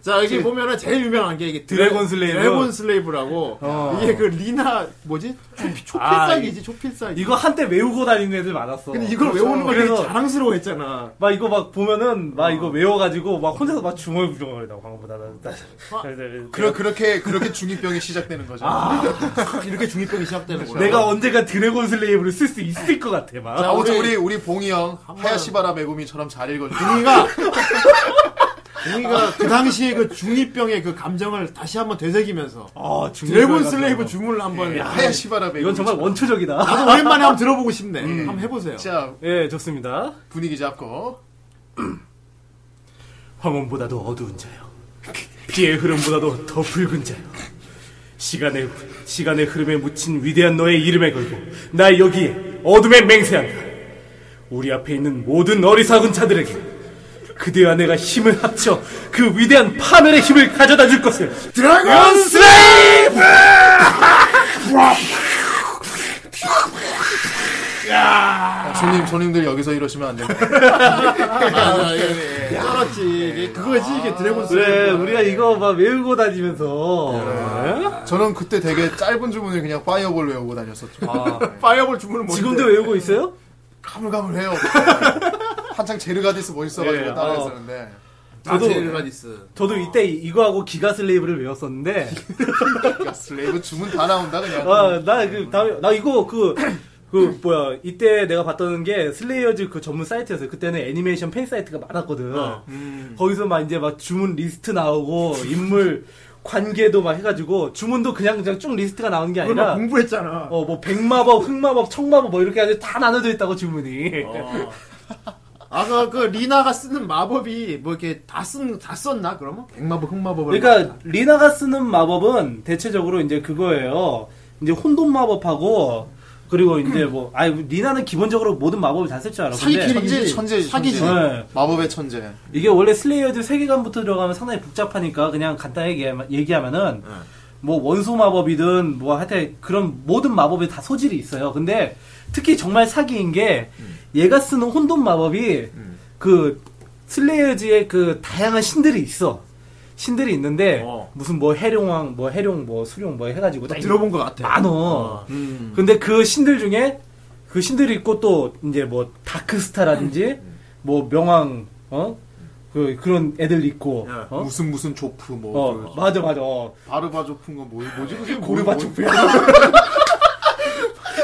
B: 자, 여기 보면은 제일 유명한 게 이게 드래-
E: 드래곤 슬레이브.
B: 드래곤 슬레이브라고.
E: 어.
B: 이게 그 리나, 뭐지? 초피,
E: 아,
B: 초필살기지, 초필살기.
E: 이거 한때 외우고 다니는 애들 많았어.
B: 근데 이걸
E: 그렇죠.
B: 외우는 걸 되게
E: 그래서
B: 자랑스러워 했잖아. *laughs*
E: 막 이거 막 보면은 막
B: 어.
E: 이거 외워가지고 막 혼자서 막 중얼 부정을 한다고 방금보다
C: 그러, 그렇게 그렇게 중이병이 시작되는 거죠.
E: 아,
B: 이렇게 중이병이 시작되는구나.
E: 내가 언젠가 드래곤 슬레이브를 쓸 수 있을 것 같아 막
C: 자, 아무튼
B: 우리-
C: 우리 우리 봉이 형 하야시바라 메구미처럼 잘 읽어줘.
E: 음.
B: 봉이가, 봉이가 그 당시에 그 중이병의 그 감정을 다시 한번 되새기면서
E: 아, 중얼
B: 드래곤
E: 부정을 예.
B: 슬레이브
E: 한다고.
B: 주문을 한번.
C: 하야시바라 메구미.
E: 이건 정말 원초적이다
B: 나도 오랜만에 한번 들어보고 싶네.
E: 음.
B: 한번 해보세요.
C: 자
E: 예 좋습니다
C: 분위기 잡고
E: 황혼보다도 어두운 자요 피의 흐름보다도 더 붉은 자요 시간의 시간의 흐름에 묻힌 위대한 너의 이름에 걸고 나 여기에 어둠에 맹세한다 우리 앞에 있는 모든 어리석은 자들에게 그대와 내가 힘을 합쳐 그 위대한 파멸의 힘을 가져다 줄 것을
B: 드래곤
E: 슬레이브!
C: 아, 손님 손님들 여기서 이러시면 안 됩니다.
B: 슬레이브! 쩔었지.
E: 예.
B: 이게
E: 아,
B: 그거지, 이게 드래곤
E: 그래
B: 슬레이브.
E: 우리가 이거 막 외우고 다니면서
C: 저는 그때 되게 짧은 주문을 그냥 파이어볼 외우고 다녔었죠.
E: 아.
B: 파이어볼 주문을 못
E: 지금도
B: 했는데.
E: 외우고 있어요?
C: 가물가물해요. 한창 제르가디스 멋있어가지고
E: 예,
C: 따라했었는데.
B: 아,
E: 저도-
B: 제일가디스.
E: 저도 이때 이거하고 기가 슬레이브를 외웠었는데 *laughs*
C: 야, 그러니까 슬레이브 주문 다 나온다 그냥.
E: 어. 아나그 다음에 나 이거 그 그 뭐야 이때 내가 봤던 게 슬레이어즈 그 전문 사이트였어요. 그때는 애니메이션 팬 사이트가 많았거든.
B: 어.
E: 거기서 막 이제 막 주문 리스트 나오고 인물 관계도 막 해가지고 주문도 그냥 그냥 쭉 리스트가 나온 게
B: 그걸 막
E: 아니라
B: 공부했잖아.
E: 어 뭐 백마법, 흑마법, 청마법 뭐 이렇게 아주 다 나눠져 있다고 주문이.
B: 어. 아까 그 리나가 쓰는 마법이 뭐 이렇게 다 쓴, 다 썼나 그러면? 백마법, 흑마법을.
E: *laughs* 그러니까 리나가 쓰는 마법은 대체적으로 이제 그거예요. 이제 혼돈 마법하고 그리고 이제 뭐 아니 리나는 기본적으로 모든 마법을 다 쓸 줄 알아. 근데
B: 사기끼리
C: 천재지,
B: 사기지.
C: 천재지,
B: 사기지.
C: 천재.
E: 네.
C: 마법의 천재.
E: 이게 원래 슬레이어즈 세계관부터 들어가면 상당히 복잡하니까 그냥 간단하게 얘기하면- 얘기하면은
B: 네.
E: 뭐 원소 마법이든 뭐 하여튼 그런 모든 마법에 다 소질이 있어요. 근데 특히 정말 사기인 게
B: 음.
E: 얘가 쓰는 혼돈 마법이 그 슬레이어즈의 그 다양한 신들이 있어. 신들이 있는데
B: 어.
E: 무슨 뭐 해룡왕 뭐 해룡 뭐 수룡 뭐 해가지고 다
B: 들어본 것 같아. 음.
E: 많어. 네. 근데 그 신들 중에 그 신들이 있고 또 이제 뭐 다크스타라든지
B: 음.
E: 뭐 명왕 어그 그런 애들 있고
B: 예.
E: 어?
C: 무슨 무슨 조프 뭐.
E: 어,
C: 그
E: 맞아 맞아 어.
C: 바르바 조프인 건 뭐, 뭐지? 그게
E: 고르바
C: 조프야. *laughs*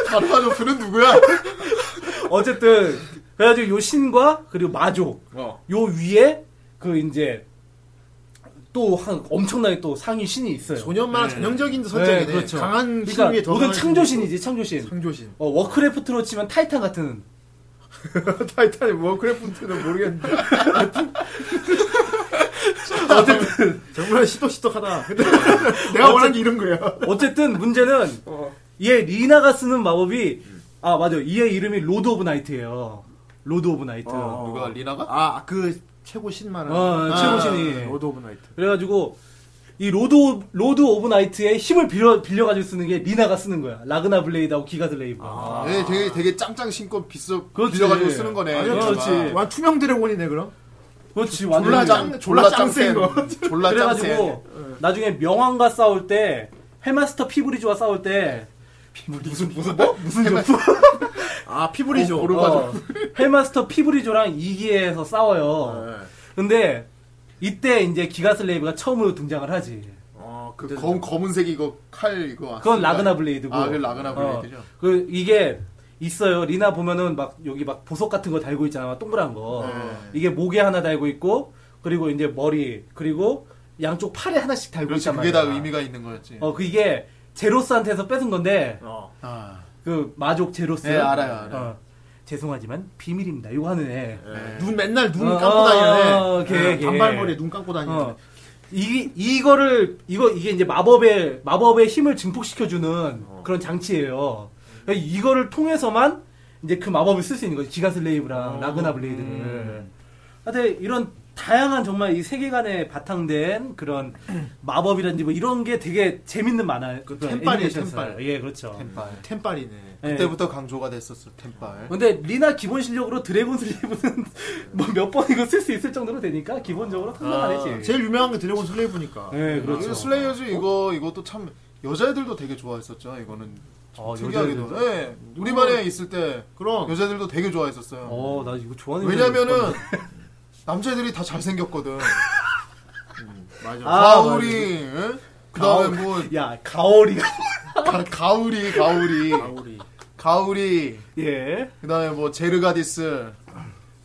C: 바르바 조프는 누구야?
E: 어쨌든 그래가지고 요 신과 그리고 마족
B: 어.
E: 요 위에 그 이제 또 한 엄청나게 또 상위 신이 있어요.
B: 소년만 전형적인 설정이네.
E: 네, 그렇죠.
B: 강한 신위에
E: 그러니까
B: 더
E: 모든
B: 강한
E: 창조신이지 창조신.
B: 창조신.
E: 어, 워크래프트로 치면 타이탄 같은
B: *laughs* 타이탄의 워크래프트는 모르겠는데. *laughs*
E: 어쨌든
B: 정말 시도시도하다. 근데 *laughs* 내가 원하는 게 이런 거야.
E: 어쨌든 문제는 얘 리나가 쓰는 마법이 아 맞아 얘 이름이 로드 오브 나이트예요. 로드 오브 나이트.
B: 어.
C: 누가 리나가?
B: 아, 그 최고 신만은. 아,
E: 어,
C: 아.
E: 최고 신이.
B: 로드 오브 나이트.
E: 그래가지고 이 로드 오- 로드 오브 나이트의 힘을 빌려 빌려가지고 쓰는 게 리나가 쓰는 거야. 라그나 블레이드하고 기가 슬레이브. 가
C: 네, 되게 되게 짱짱 신고 비싸
E: 그렇지.
C: 빌려가지고 쓰는 거네.
E: 아니야,
C: 이거
E: 그렇지.
C: 봐.
B: 완 투명 드래곤이네, 그럼?
E: 그렇지
C: 졸라
E: 완전
C: 짱
B: 졸라
C: 졸라
B: 짱센
C: 짱센
B: 거.
C: 졸라 짱센.
E: 그래가지고 나중에 명왕과 싸울 때 헬마스터 피브리즈와 싸울 때 무슨 무슨 뭐 무슨 점프?
B: 아, 피부리죠.
C: 어, 고르바
E: 어, 헬마스터 피브리조랑 이기에서 싸워요.
B: 네.
E: 근데 이때 이제 기가 슬레이브가 처음으로 등장을 하지.
B: 어,
C: 그
B: 그때
C: 검, 검은색 이거 칼 이거.
E: 그건
C: 왔으니까.
E: 라그나 블레이드고.
C: 아, 그 라그나
E: 어,
C: 블레이드죠.
E: 그 이게 있어요. 리나 보면은 막 여기 막 보석 같은 거 달고 있잖아. 막 동그란 거.
C: 네.
E: 이게 목에 하나 달고 있고 그리고 이제 머리 그리고 양쪽 팔에 하나씩 달고
C: 그렇지.
E: 있단
C: 그게
E: 말이야.
C: 다 의미가 있는 거였지.
E: 어, 그 이게 제로스한테서 뺏은 건데
B: 어.
C: 아.
E: 그 마족 제로스.
C: 네, 알아요, 네. 알아요.
E: 어, 죄송하지만 비밀입니다. 이거 하는 애.
B: 눈 맨날 눈
E: 어,
B: 감고 다니네.
E: 어, 걔, 걔.
B: 단발머리에 눈 감고 다니네.
E: 어. 이 이거를 이거 이게 이제 마법의 마법의 힘을 증폭시켜주는
B: 어.
E: 그런 장치예요. 그러니까 이거를 통해서만 이제 그 마법을 쓸 수 있는 거지. 기가 슬레이브랑
B: 어.
E: 라그나 블레이드를.
B: 음.
E: 하여튼 이런 다양한 정말 이 세계관에 바탕된 그런 *clears throat* 마법이라든지 뭐 이런 게 되게 재밌는 만화. 그
B: 템빨이에요, 템빨.
E: 예, 그렇죠.
B: 템빨. 템빨이네.
E: 예.
C: 그때부터 강조가 됐었어 템빨.
E: 근데 리나 기본 실력으로 드래곤 슬레이브는 *laughs* 뭐 몇 번 이거 쓸 수 있을 정도로 되니까 기본적으로 탄탄하지.
C: 네.
B: 아, 제일 유명한 게 드래곤 슬레이브니까.
E: 예, 그렇죠.
C: 이거 슬레이어즈 이거 이것도 참 여자애들도 되게 좋아했었죠. 이거는 좀
E: 아,
C: 특이하기도.
E: 여자애들도?
C: 예. 우리 반에 있을 때
B: 그럼
C: 여자애들도 되게 좋아했었어요.
E: 어, 나 이거 좋아하는
B: 음.
C: 왜냐면은 남자애들이 다 잘생겼거든.
B: 맞아.
E: 아,
C: 가오리, 예? 그다음에 뭐
E: 여자애들. 야, 가오리가
C: 가, 가오리, 가오리,
B: 가오리.
C: 가오리.
E: 예.
C: 그다음에 뭐 제르가디스.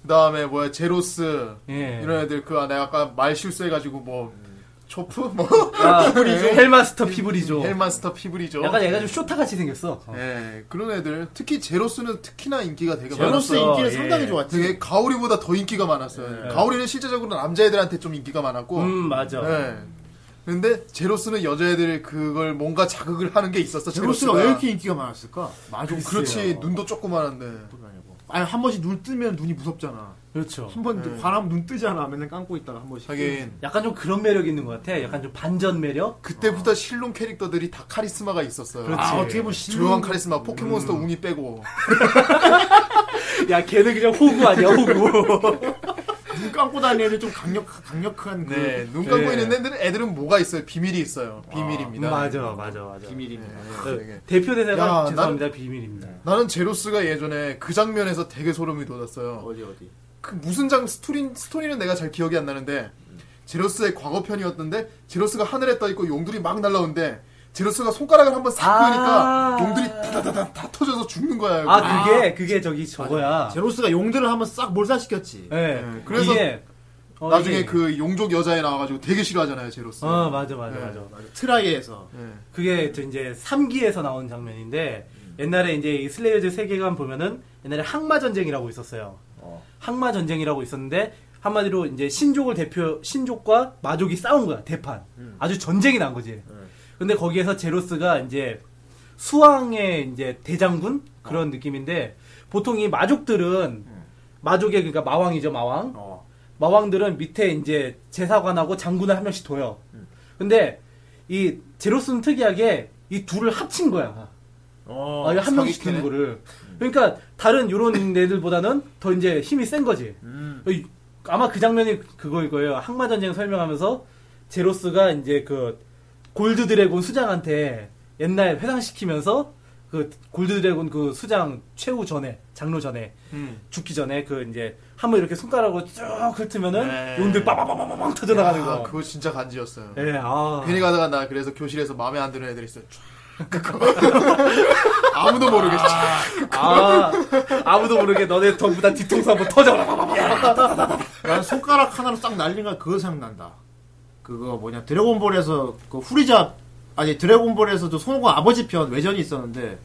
C: 그다음에 뭐야 제로스.
E: 예.
C: 이런 애들 그 내가 아까 말 실수해가지고 뭐 초프 뭐
E: 아,
C: 피부리죠.
E: 헬마스터 피부리죠.
C: 네. 음, 헬마스터 피브리죠.
E: 약간
B: 예.
E: 얘가 좀 쇼타 같이 생겼어. 어.
C: 예, 그런 애들 특히 제로스는 특히나 인기가 되게
B: 제로스
C: 많았어요.
B: 인기는
E: 예.
B: 상당히 좋았지.
C: 되게 가오리보다 더 인기가 많았어요.
E: 예.
C: 가오리는 실제적으로 남자애들한테 좀 인기가 많았고,
E: 음, 맞아.
B: 네.
C: 예. 근데 제로스는 여자애들 그걸 뭔가 자극을 하는 게 있었어.
B: 제로스가 왜 이렇게 인기가 많았을까? 맞아.
C: 좀 그렇지 눈도 조그만한데.
B: 아니 한 번씩 눈 뜨면 눈이 무섭잖아.
E: 그렇죠.
B: 한 번 관하면 눈 뜨잖아. 맨날 감고 있다가 한 번씩.
C: 하긴
E: 약간 좀 그런 매력이 있는 것 같아. 약간 좀 반전 매력?
C: 그때부터 실론 캐릭터들이 다 카리스마가 있었어요.
E: 그렇지.
B: 아 어떻게 보면 음.
C: 조용한
B: 실루엣
C: 카리스마 포켓몬스터 웅이 빼고
E: 야, 걔는 그냥 호구 *laughs* 아니야, 호구.
B: 눈 감고 다니는 애들 좀 강력 강력한 그 아,
C: 네, 눈 감고
E: 네.
C: 있는 애들은, 애들은 뭐가 있어요? 비밀이 있어요.
B: 음,
C: 비밀입니다.
E: 음, 맞아, 맞아, 맞아.
B: 비밀입니다. 네.
E: 어,
C: 되게.
E: 대표 대사가
C: 야,
E: 죄송합니다, 비밀입니다.
C: 나는 제로스가 예전에 그 장면에서 되게 소름이 돋았어요.
B: 어디 어디.
C: 그 무슨 장 스토리 스토리는 내가 잘 기억이 안 나는데 제로스의 과거편이었는데 제로스가 하늘에 떠 있고 용들이 막 날라오는데 제로스가 손가락을 한번 싹
E: 아.
C: 보니까 용들이 다다다다 다 터져서 죽는 거야.
E: 아, 그게, 그게 저기 저거야.
B: 제로스가 용들을 한번 싹 몰살시켰지.
E: 예.
C: 네, 그래서
E: 이게, 어,
C: 나중에
E: 이게-
C: 그 용족 여자애 나와가지고 되게 싫어하잖아요 제로스.
E: 어, 맞아, 맞아,
C: 네.
E: 맞아.
B: 맞아. 트라이에서
C: 예.
E: 그게 저 이제 3기에서 나온 장면인데 옛날에 이제 이 슬레이어즈 세계관 보면은 옛날에 항마 전쟁이라고 있었어요. 항마 전쟁이라고 있었는데 한마디로 이제 신족을 대표 신족과 마족이 싸운 거야 대판. 아주 전쟁이 난 거지. 근데 거기에서 제로스가 이제 수왕의 이제 대장군 그런 느낌인데 보통 이 마족들은 마족의 그러니까 마왕이죠 마왕.
B: 어.
E: 마왕들은 밑에 이제 제사관하고 장군을 한 명씩 둬요. 근데 이 제로스는 특이하게 이 둘을 합친 거야.
B: 어.
E: 아, 이거 한 명씩
C: 사기캐네.
E: 두는 거를. 그러니까 다른 요런 애들보다는 더 이제 힘이 센 거지.
C: 음.
E: 이- 아마 그 장면이 그거일 거예요. 항마 전쟁 설명하면서 제로스가 이제 그 골드 드래곤 수장한테 옛날 회상시키면서 그 골드 드래곤 그 수장 최후 전에 장로 전에
C: 음.
E: 죽기 전에 그 이제 한번 이렇게 손가락으로 쭉 훑으면은
C: 네.
E: 용들 빠바바바바방 터져나가는
C: 아,
E: 거.
C: 그거 진짜 간지였어요.
E: 예, 아.
C: 괜히 가다가 나 그래서 교실에서 마음에 안 드는 애들 있어요. *laughs* 촤악 끄고. 아무도 모르게 촤악
E: 아, 아무도 모르게 너네 전부 다 뒤통수 한번 터져라.
B: 난 손가락 하나로 싹 날린가 그거 생각난다. 그거 뭐냐 드래곤볼에서 그 후리잡 아니 드래곤볼에서 저 손오공 아버지 편 외전이 있었는데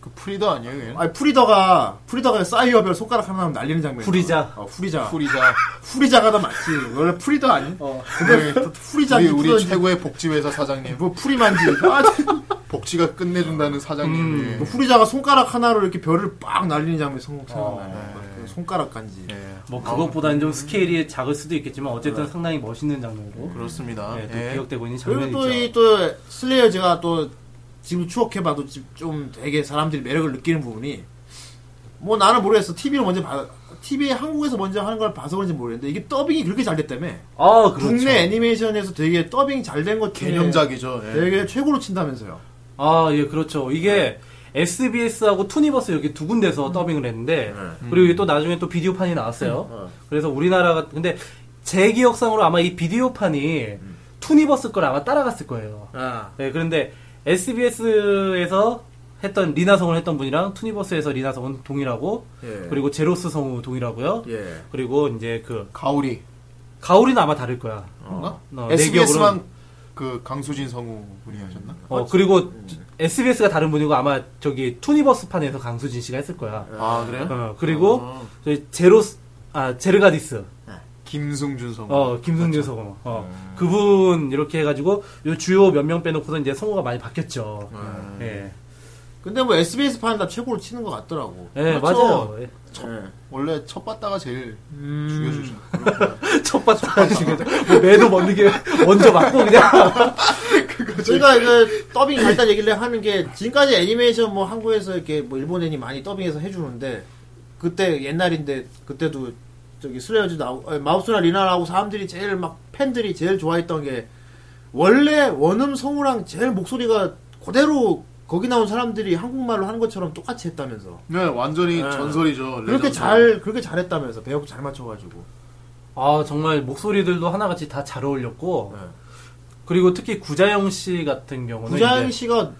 C: 그 프리더 아니에요? 얘는?
B: 아니 프리더가 프리더가 사이어별 손가락 하나 날리는 장면.
E: 후리자.
B: 어 후리자.
C: 프리자.
B: 후리자가 더 맞지. 원래 프리더 아니?
E: 어.
B: 근데 후리자
C: 우리,
B: 기
C: 우리
B: 프리더
C: 최고의 복지회사 사장님.
B: 뭐 프리만지. 아,
C: 복지가 끝내준다는 사장님.
B: 그
E: 음.
C: 이
B: 후리자가 손가락 하나로 이렇게 별을 빡 날리는 장면 생각- 생각나요. 그 손가락 간지.
C: 예,
E: 뭐 그것보다는 좀 스케일이 작을 수도 있겠지만 어쨌든 상당히 멋있는 장면으로
C: 그렇습니다.
E: 예, 또
C: 예.
E: 기억되고 있는
B: 그리고
E: 장면이죠.
B: 또 이 또 슬레이어즈가 또 지금 추억해봐도 지- 좀 되게 사람들이 매력을 느끼는 부분이 뭐 나는 모르겠어. TV로 먼저 봐. TV에 한국에서 먼저 하는 걸 봐서 그런지 모르겠는데 이게 더빙이 그렇게 잘 됐다며.
E: 아, 그렇죠.
B: 국내 애니메이션에서 되게 더빙 잘 된 것 중에
C: 개념작이죠. 예.
B: 되게 최고로 친다면서요.
E: 아, 예, 그렇죠.
C: 네.
E: 이게 SBS하고 투니버스 이렇게 두
B: 음.
E: 군데서 더빙을 했는데
C: 네.
E: 그리고 이게 또 나중에 또 비디오판이 나왔어요.
B: 음.
E: 그래서 우리나라가 근데 제 기억상으로 아마 이 비디오판이
B: 음.
E: 투니버스 걸 아마 따라갔을 거예요.
B: 아,
E: 네, 그런데 SBS에서 했던 리나 성을 했던 분이랑 투니버스에서 리나 성은 동일하고
B: 예.
E: 그리고 제로스 성우 동일하고요.
B: 예.
E: 그리고 이제 그
C: 가오리.
E: 가오리는 아마 다를 거야.
C: 뭔가?
E: 어, 내
C: SBS만
E: 기억으로는-
C: 그 강수진 성우 분이 하셨나?
E: 어, 그리고 SBS가 다른 분이고 아마 저기 투니버스판에서
B: 아.
E: 강수진 씨가 했을 거야.
C: 아 그래요?
E: 어, 그리고 저희 제로스 아 제르가디스
G: 김승준 성우.
E: 어, 김승준 성우. 어, 그분 이렇게 해가지고 요 주요 몇 명 빼놓고서 이제 성우가 많이 바뀌었죠. 예,
B: 근데 뭐 SBS 판은 다 최고로 치는 것 같더라고.
E: 예,
G: 그렇죠.
E: 맞아요. 예.
B: 예.
G: 원래 첫 봤다가 제일
B: 음.
G: 죽여주죠.
E: 첫 바탕 중에 뭐 매도 먼저 먼저 맞고 그냥
B: 그러니까 그 더빙 간단 얘기를 하는 게 지금까지 애니메이션 뭐 한국에서 이렇게 뭐 일본 애니 많이 더빙해서 해주는데 그때 옛날인데 그때도 저기 수레여주 나오 아니, 마우스나 리나 나오고 사람들이 제일 막 팬들이 제일 좋아했던 게 원래 원음 성우랑 제일 목소리가 그대로 거기 나온 사람들이 한국말로 하는 것처럼 똑같이 했다면서
G: 네, 완전히
B: 네.
G: 전설이죠.
B: 그렇게
G: 레전드.
B: 잘 그렇게 잘했다면서 배역 잘 맞춰가지고
E: 아 정말 목소리들도 하나같이 다 잘 어울렸고
B: 네.
E: 그리고 특히 구자영 씨 같은 경우는
B: 구자영
E: 이제-
B: 씨가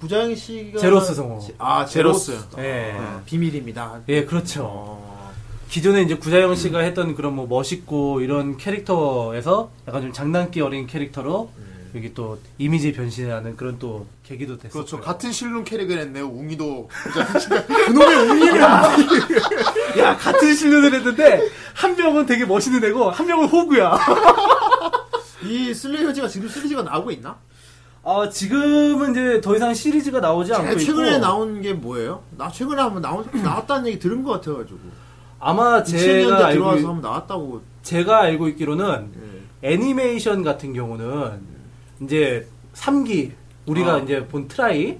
B: 구자영 씨가
E: 제로스 성우.
B: 아 제로스,
G: 제로스.
E: 예.
B: 아, 비밀입니다
E: 예, 그렇죠.
B: 어.
E: 기존에 이제 구자영 씨가 했던 그런 뭐 멋있고 이런 캐릭터에서 약간 좀 장난기 어린 캐릭터로 여기 또 이미지 변신하는 그런 또 계기도 됐어요.
G: 그렇죠. 같은 실눈 캐릭을 했네요. 웅이도
B: 아,
E: 그놈의 운이야. *laughs* 야, 같은 실눈을 했는데 한 명은 되게 멋있는 애고 한 명은 호구야.
B: 이 슬레이어즈가 지금 시리즈가 나오고 있나?
E: 아, 지금은 이제 더 이상 시리즈가 나오지 않고
B: 제일
E: 있고
B: 최근에 나온 게 뭐예요? 나 최근에 한번 나온 *clears throat* 나왔다는 얘기 들은 것 같아가지고
E: 아마
B: 2000년대
E: 제가 알고
B: 들어와서
E: 있-
B: 한번 나왔다고
E: 제가 알고 있기로는
B: 예.
E: 애니메이션 같은 경우는 이제 3기 우리가
B: 네. 아. 음.
E: 이제 본 트라이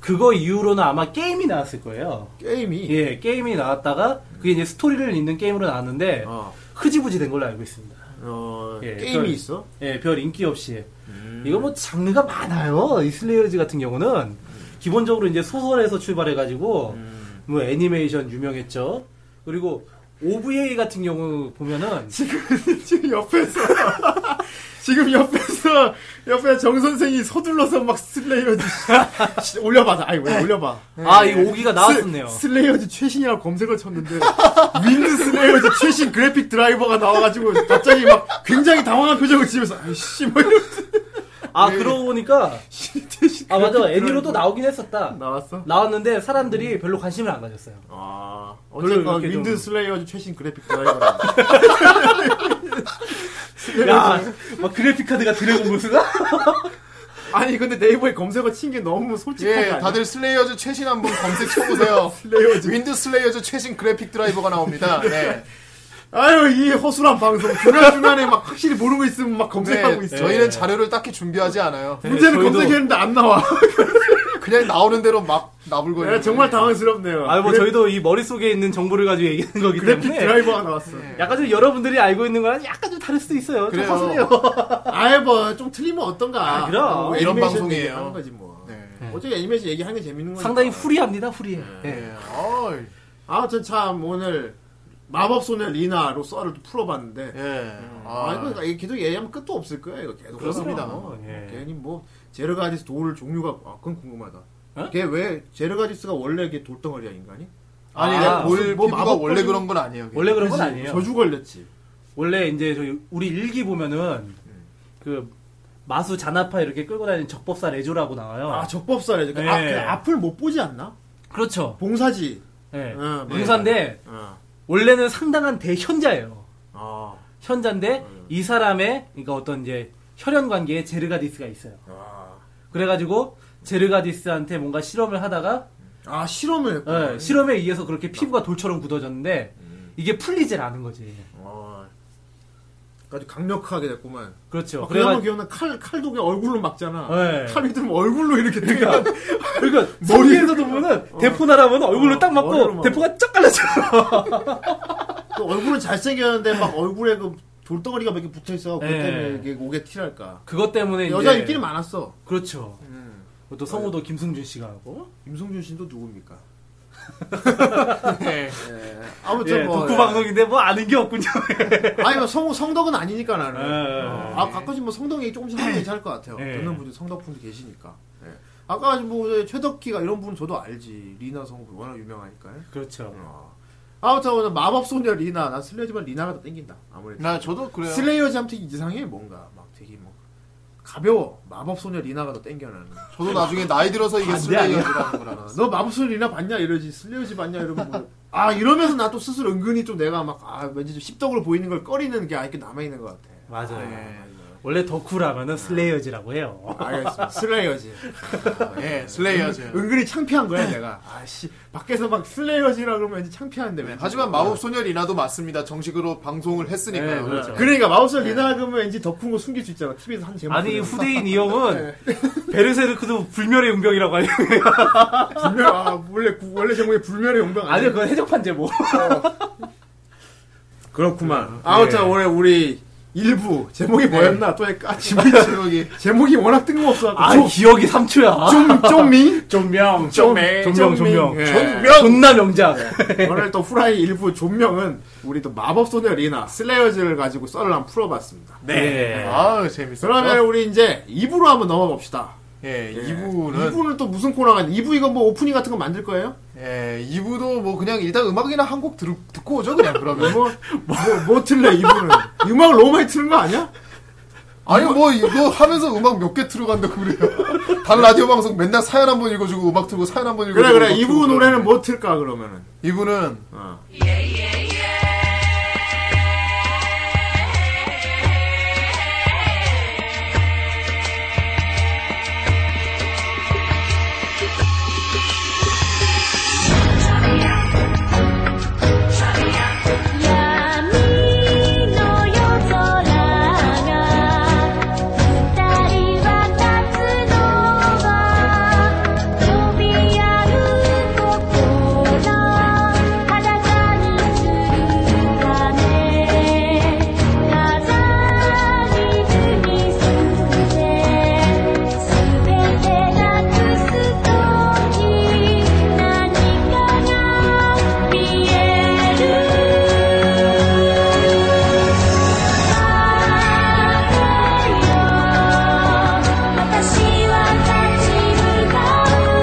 E: 그거 이후로는 아마 게임이 나왔을 거예요.
B: 게임이
E: 예, 게임이 나왔다가 그게 이제 스토리를 잇는 게임으로 나왔는데
B: 어,
E: 흐지부지 된 걸로 알고 있습니다.
B: 어,
E: 예,
B: 게임이
E: 그건-
B: 있어? *laughs*
E: 예, 별 인기 없이. 이거 뭐 장르가 많아요. 이슬레이어즈 같은 경우는 기본적으로 이제 소설에서 출발해가지고 뭐 애니메이션 유명했죠. 그리고 OVA 같은 경우 보면은
C: 지금 옆에서 지금 옆에서 옆에 정 선생이 서둘러서 막 슬레이어즈 씨- 올려봐. 아이 왜 올려봐.
E: 아 이거 오기가 나왔었네요.
C: 슬- 슬레이어즈 최신이라고 검색을 쳤는데 윈드 슬레이어즈 최신 그래픽 드라이버가 나와가지고 갑자기 막 굉장히 당황한 표정을 지으면서 아이씨
B: *laughs*
C: 뭐 이런
E: 아 그러고 보니까
C: 최신
E: 아
C: 그래픽
E: 맞아
C: 드라이버.
E: 애니로도 나오긴 했었다.
C: 음.
B: 나왔어?
E: 나왔는데 사람들이 별로 관심을 안 가졌어요.
B: 아
E: 별로
B: 어쨌건
E: 이렇게
B: 윈드
E: 좀-
B: 슬레이어즈 최신 그래픽 드라이버
E: 야막 그래픽 카드가 드래곤 무슨?
B: *laughs* 아니 근데 네이버에 검색어 친 게 너무 솔직한
G: 예,
B: 거 아니야?
G: 다들 슬레이어즈 최신 한번
B: *laughs*
G: 검색해보세요. 윈드 슬레이어즈 최신 그래픽 드라이버가 나옵니다. 네.
B: 아유 이 허술한 방송 중간 중간에 막 확실히 모르고 있으면 막 검색하고
G: 네,
B: 있어.
G: 저희는 자료를 딱히 준비하지 않아요.
B: 문제는
E: 네, 저희도-
B: 검색했는데 안 나와.
G: 그냥 나오는 대로 막 나불고
B: 야,
G: 있는.
B: 네, 정말 당황스럽네요.
E: 아뭐
B: 그래-
E: 저희도 이 머릿속에 있는 정보를 가지고 얘기하는 거기 때문에
B: 그래픽 드라이버가 나왔어.
E: 약간 좀 여러분들이 알고 있는 거랑 약간 좀 다를 수도 있어요. 좀
G: 그래요.
E: 허술해요.
B: 아예 뭐좀 틀리면 어떤가.
E: 아, 그럼.
B: 뭐
G: 이런
B: 애니메이션
G: 방송이에요.
B: 얘기하는 거지 뭐.
G: 네.
B: 어차피 애니메이션 얘기하는 게 재밌는 거니까.
E: 상당히 후리합니다, 후리해. 예.
G: 네. 어이.
B: 아무튼 참 오늘 마법소녀 리나로 썰을 또 풀어봤는데.
G: 예.
B: 아,
G: 아,
B: 이거 계속 얘기하면 끝도 없을 거야, 이거 계속.
G: 그렇습니다.
B: 어,
E: 예.
B: 괜히 뭐, 제르가디스 돌 종류가, 아, 그건 궁금하다.
E: 어?
B: 걔 왜 제르가디스가 원래 이게 돌덩어리야 인간이?
G: 아니,
E: 아,
G: 볼
B: 뭐
G: 피부가
B: 마법
G: 원래
B: 걸린-
G: 그런 건 아니에요.
E: 원래 그런 건
B: 그래서
E: 아니에요.
B: 저주 걸렸지.
E: 원래 이제 저희 우리 일기 보면은 그 마수 잔나파 이렇게 끌고 다니는 적법사 레조라고 나와요.
B: 아 적법사래. 그러니까 아,
E: 예.
B: 그 앞을 못 보지 않나?
E: 그렇죠.
B: 봉사지.
E: 예.
B: 응,
E: 용사인데
B: 어.
E: 원래는 상당한 대현자예요.
B: 아,
E: 현자인데 이 사람의 그러니까 어떤 이제 혈연 관계에 제르가디스가 있어요.
B: 아.
E: 그래가지고 제르가디스한테 뭔가 실험을 하다가
B: 아 실험을.
E: 예,
B: 했구나.
E: 실험에 의해서 그렇게 피부가 돌처럼 굳어졌는데
B: 음.
E: 이게 풀리질 않은 거지.
B: 어. 아주 강력하게 됐구만.
E: 그렇죠.
B: 아, 그나마
E: 그래가-
B: 기억나 칼 칼도 그냥 얼굴로 막잖아.
E: 예.
B: 칼 밑으로 얼굴로 이렇게
E: *laughs*
B: 뜨니까
E: 그러니까 머리에서도 보면은 대포 날아오면 얼굴로
B: 어,
E: 딱 맞고
B: 머리로 막-
E: 대포가 쫙 갈라져.
B: 또 얼굴은 잘생겼는데 막 얼굴에 그 돌덩어리가 몇 개 붙어 있어. 그것
E: 예.
B: 때문에 이게 오게 티랄까.
E: *laughs* 그것 때문에 이제-
B: 여자 인기는 많았어.
E: 그렇죠.
B: 음.
E: 또 성우도 김승준 씨가 하고
B: 임성준 씨도 누굽니까?
E: *laughs*
G: 네.
B: 아무튼
E: 예,
B: 뭐
E: 독구 방송인데 뭐 아는 게 없군요.
B: 아니 뭐 성우 성덕은 아니니까 나는.
E: 예,
B: 어, 아 가끔씩 뭐 성덕 얘기 조금씩 하면 괜찮을 것 같아요.
E: 예.
B: 듣는 분들 성덕 분들 계시니까. 예. 아까 뭐 최덕기가 이런 분 저도 알지. 리나 성우 워낙 유명하니까.
E: *laughs* 그렇죠.
B: 어. 아무튼 오늘 마법소녀 리나 난 슬레이어즈만 리나가 더 땡긴다 아무래도
G: 나 저도 그래요.
B: 슬레이어즈 한테 이상해 뭔가 막 되게 뭐 가벼워 마법소녀 리나가 더 땡겨 나는
G: 저도 나중에 나이 들어서 이게
B: 아,
E: 안 돼, 안 돼.
G: 슬레이어즈라는 걸 알았어.
B: 너 마법소녀 리나 봤냐 이러지 슬레이어즈 봤냐 이러면 뭐 아 이러면서 나 또 스스로 은근히 좀 내가 막 아 왠지 좀 십덕으로 보이는 걸 꺼리는 게 아직 남아 있는 것 같아. 네, 예.
E: 맞아요. 원래 덕후라면은 슬레이어즈라고 해요.
B: 알겠습니다. 슬레이어지. 음.
G: 예, 슬레이어즈.
B: 은근히 창피한 거야 내가. 아씨 밖에서 막 슬레이어지라 그러면 왠지 창피한데. 왠지.
G: 네,
B: 어.
G: 하지만 마법소녀 리나도 맞습니다. 정식으로 방송을
E: 네,
G: 했으니까요.
E: 그렇죠.
B: 그러니까 마법사 리나 그러면 왠지 덕후인 거 숨길 수 있잖아. TV에서 한 제목.
E: 아니 후대인 이 형은
B: 예. *laughs*
E: 베르세르크도 불멸의 용병이라고 하요
B: 불멸 아 원래 구- 원래 제목이 불멸의 용병 아니야?
E: 아니요 그건 해적판 제목.
B: 그렇구만. 예. 아무튼 올해 우리 일부 제목이 뭐였나 또 까치.
G: 제목이
B: 아, *laughs* 제목이 워낙 뜬금없어.
E: *laughs* 아 기억이 3초야.
B: 좀, *laughs* 좀미?
E: 존명.
B: 좀명,
E: 존명
B: 존명.
E: 존명. 예.
B: 예.
E: 존나 명작.
B: 오늘 또 후라이 일부 존명은 우리 또 마법소녀 리나, 슬레이어즈를 가지고 썰을 한번 풀어봤습니다.
E: 네.
G: 아, 재밌어.
B: 그러면 우리 이제 2부로 한번 넘어가 봅시다.
G: 예,
B: 예.
G: 2부는
B: 2부는 또 무슨 코너가, 2부 이거 뭐 오프닝 같은 거 만들 거예요?
G: 예, 2부도 뭐 그냥 일단 음악이나 한 곡 듣고 오죠, 그냥 그러면.
B: 뭐, 뭐, 뭐 틀래, *laughs* 2부는? 음악을 너무 많이 트는 거 아니야?
G: 아니 뭐 이거 하면서 음악 몇 개 틀어간다고
B: *laughs*
G: 그래요. 단 라디오 방송 맨날 사연 한 번 읽어주고 음악 틀고 사연 한 번 읽어주고.
B: 그래, 그래,
G: 음악
B: 2부
G: 틀고
B: 노래는 뭐 틀까, 그러면은?
G: 이분은
B: 어.
F: 「闇の夜空が二人は立つのは」「飛び合う心裸にするため」「飾りずにすてすべてなくすとき何かが見える」「私は誰も私は立ち向かう」「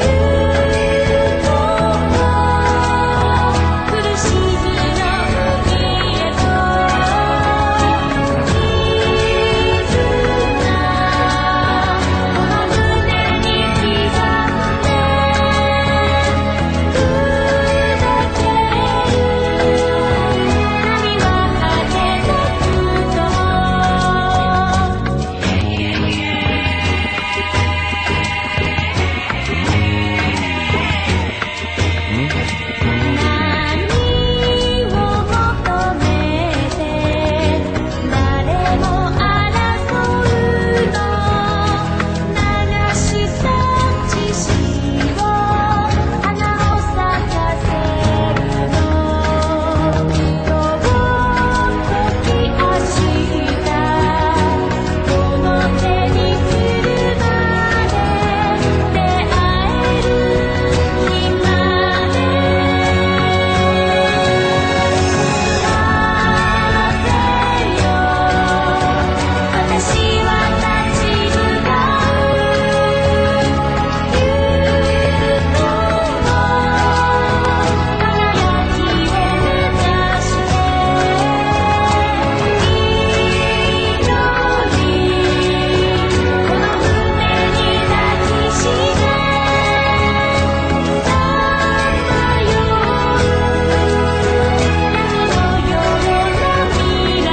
F: 勇と苦しみの海へと」「絆この胸に刻んで砕ける」「波はあげてくと」「永遠の夜空が二人は立何を求めて誰も争うの」「流し去血潮花を咲かせるの」「遠くき明日この手にするまで出会える日まで」「風よ私は立ち向かう」「勇を」「輝きを目指して」「水の中をこの胸に抱きしめ」「さような夜の未来」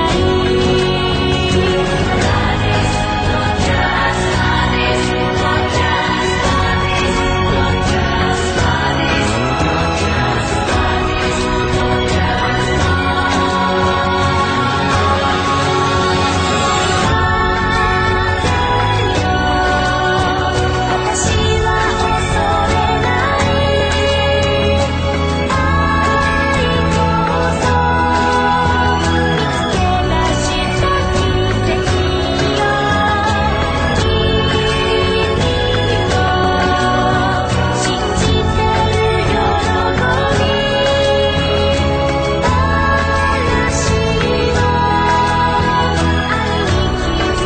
F: 私は恐れないあなたの愛こそ見つけ出した奇跡よ君を信じてる喜び嵐を愛に気づくため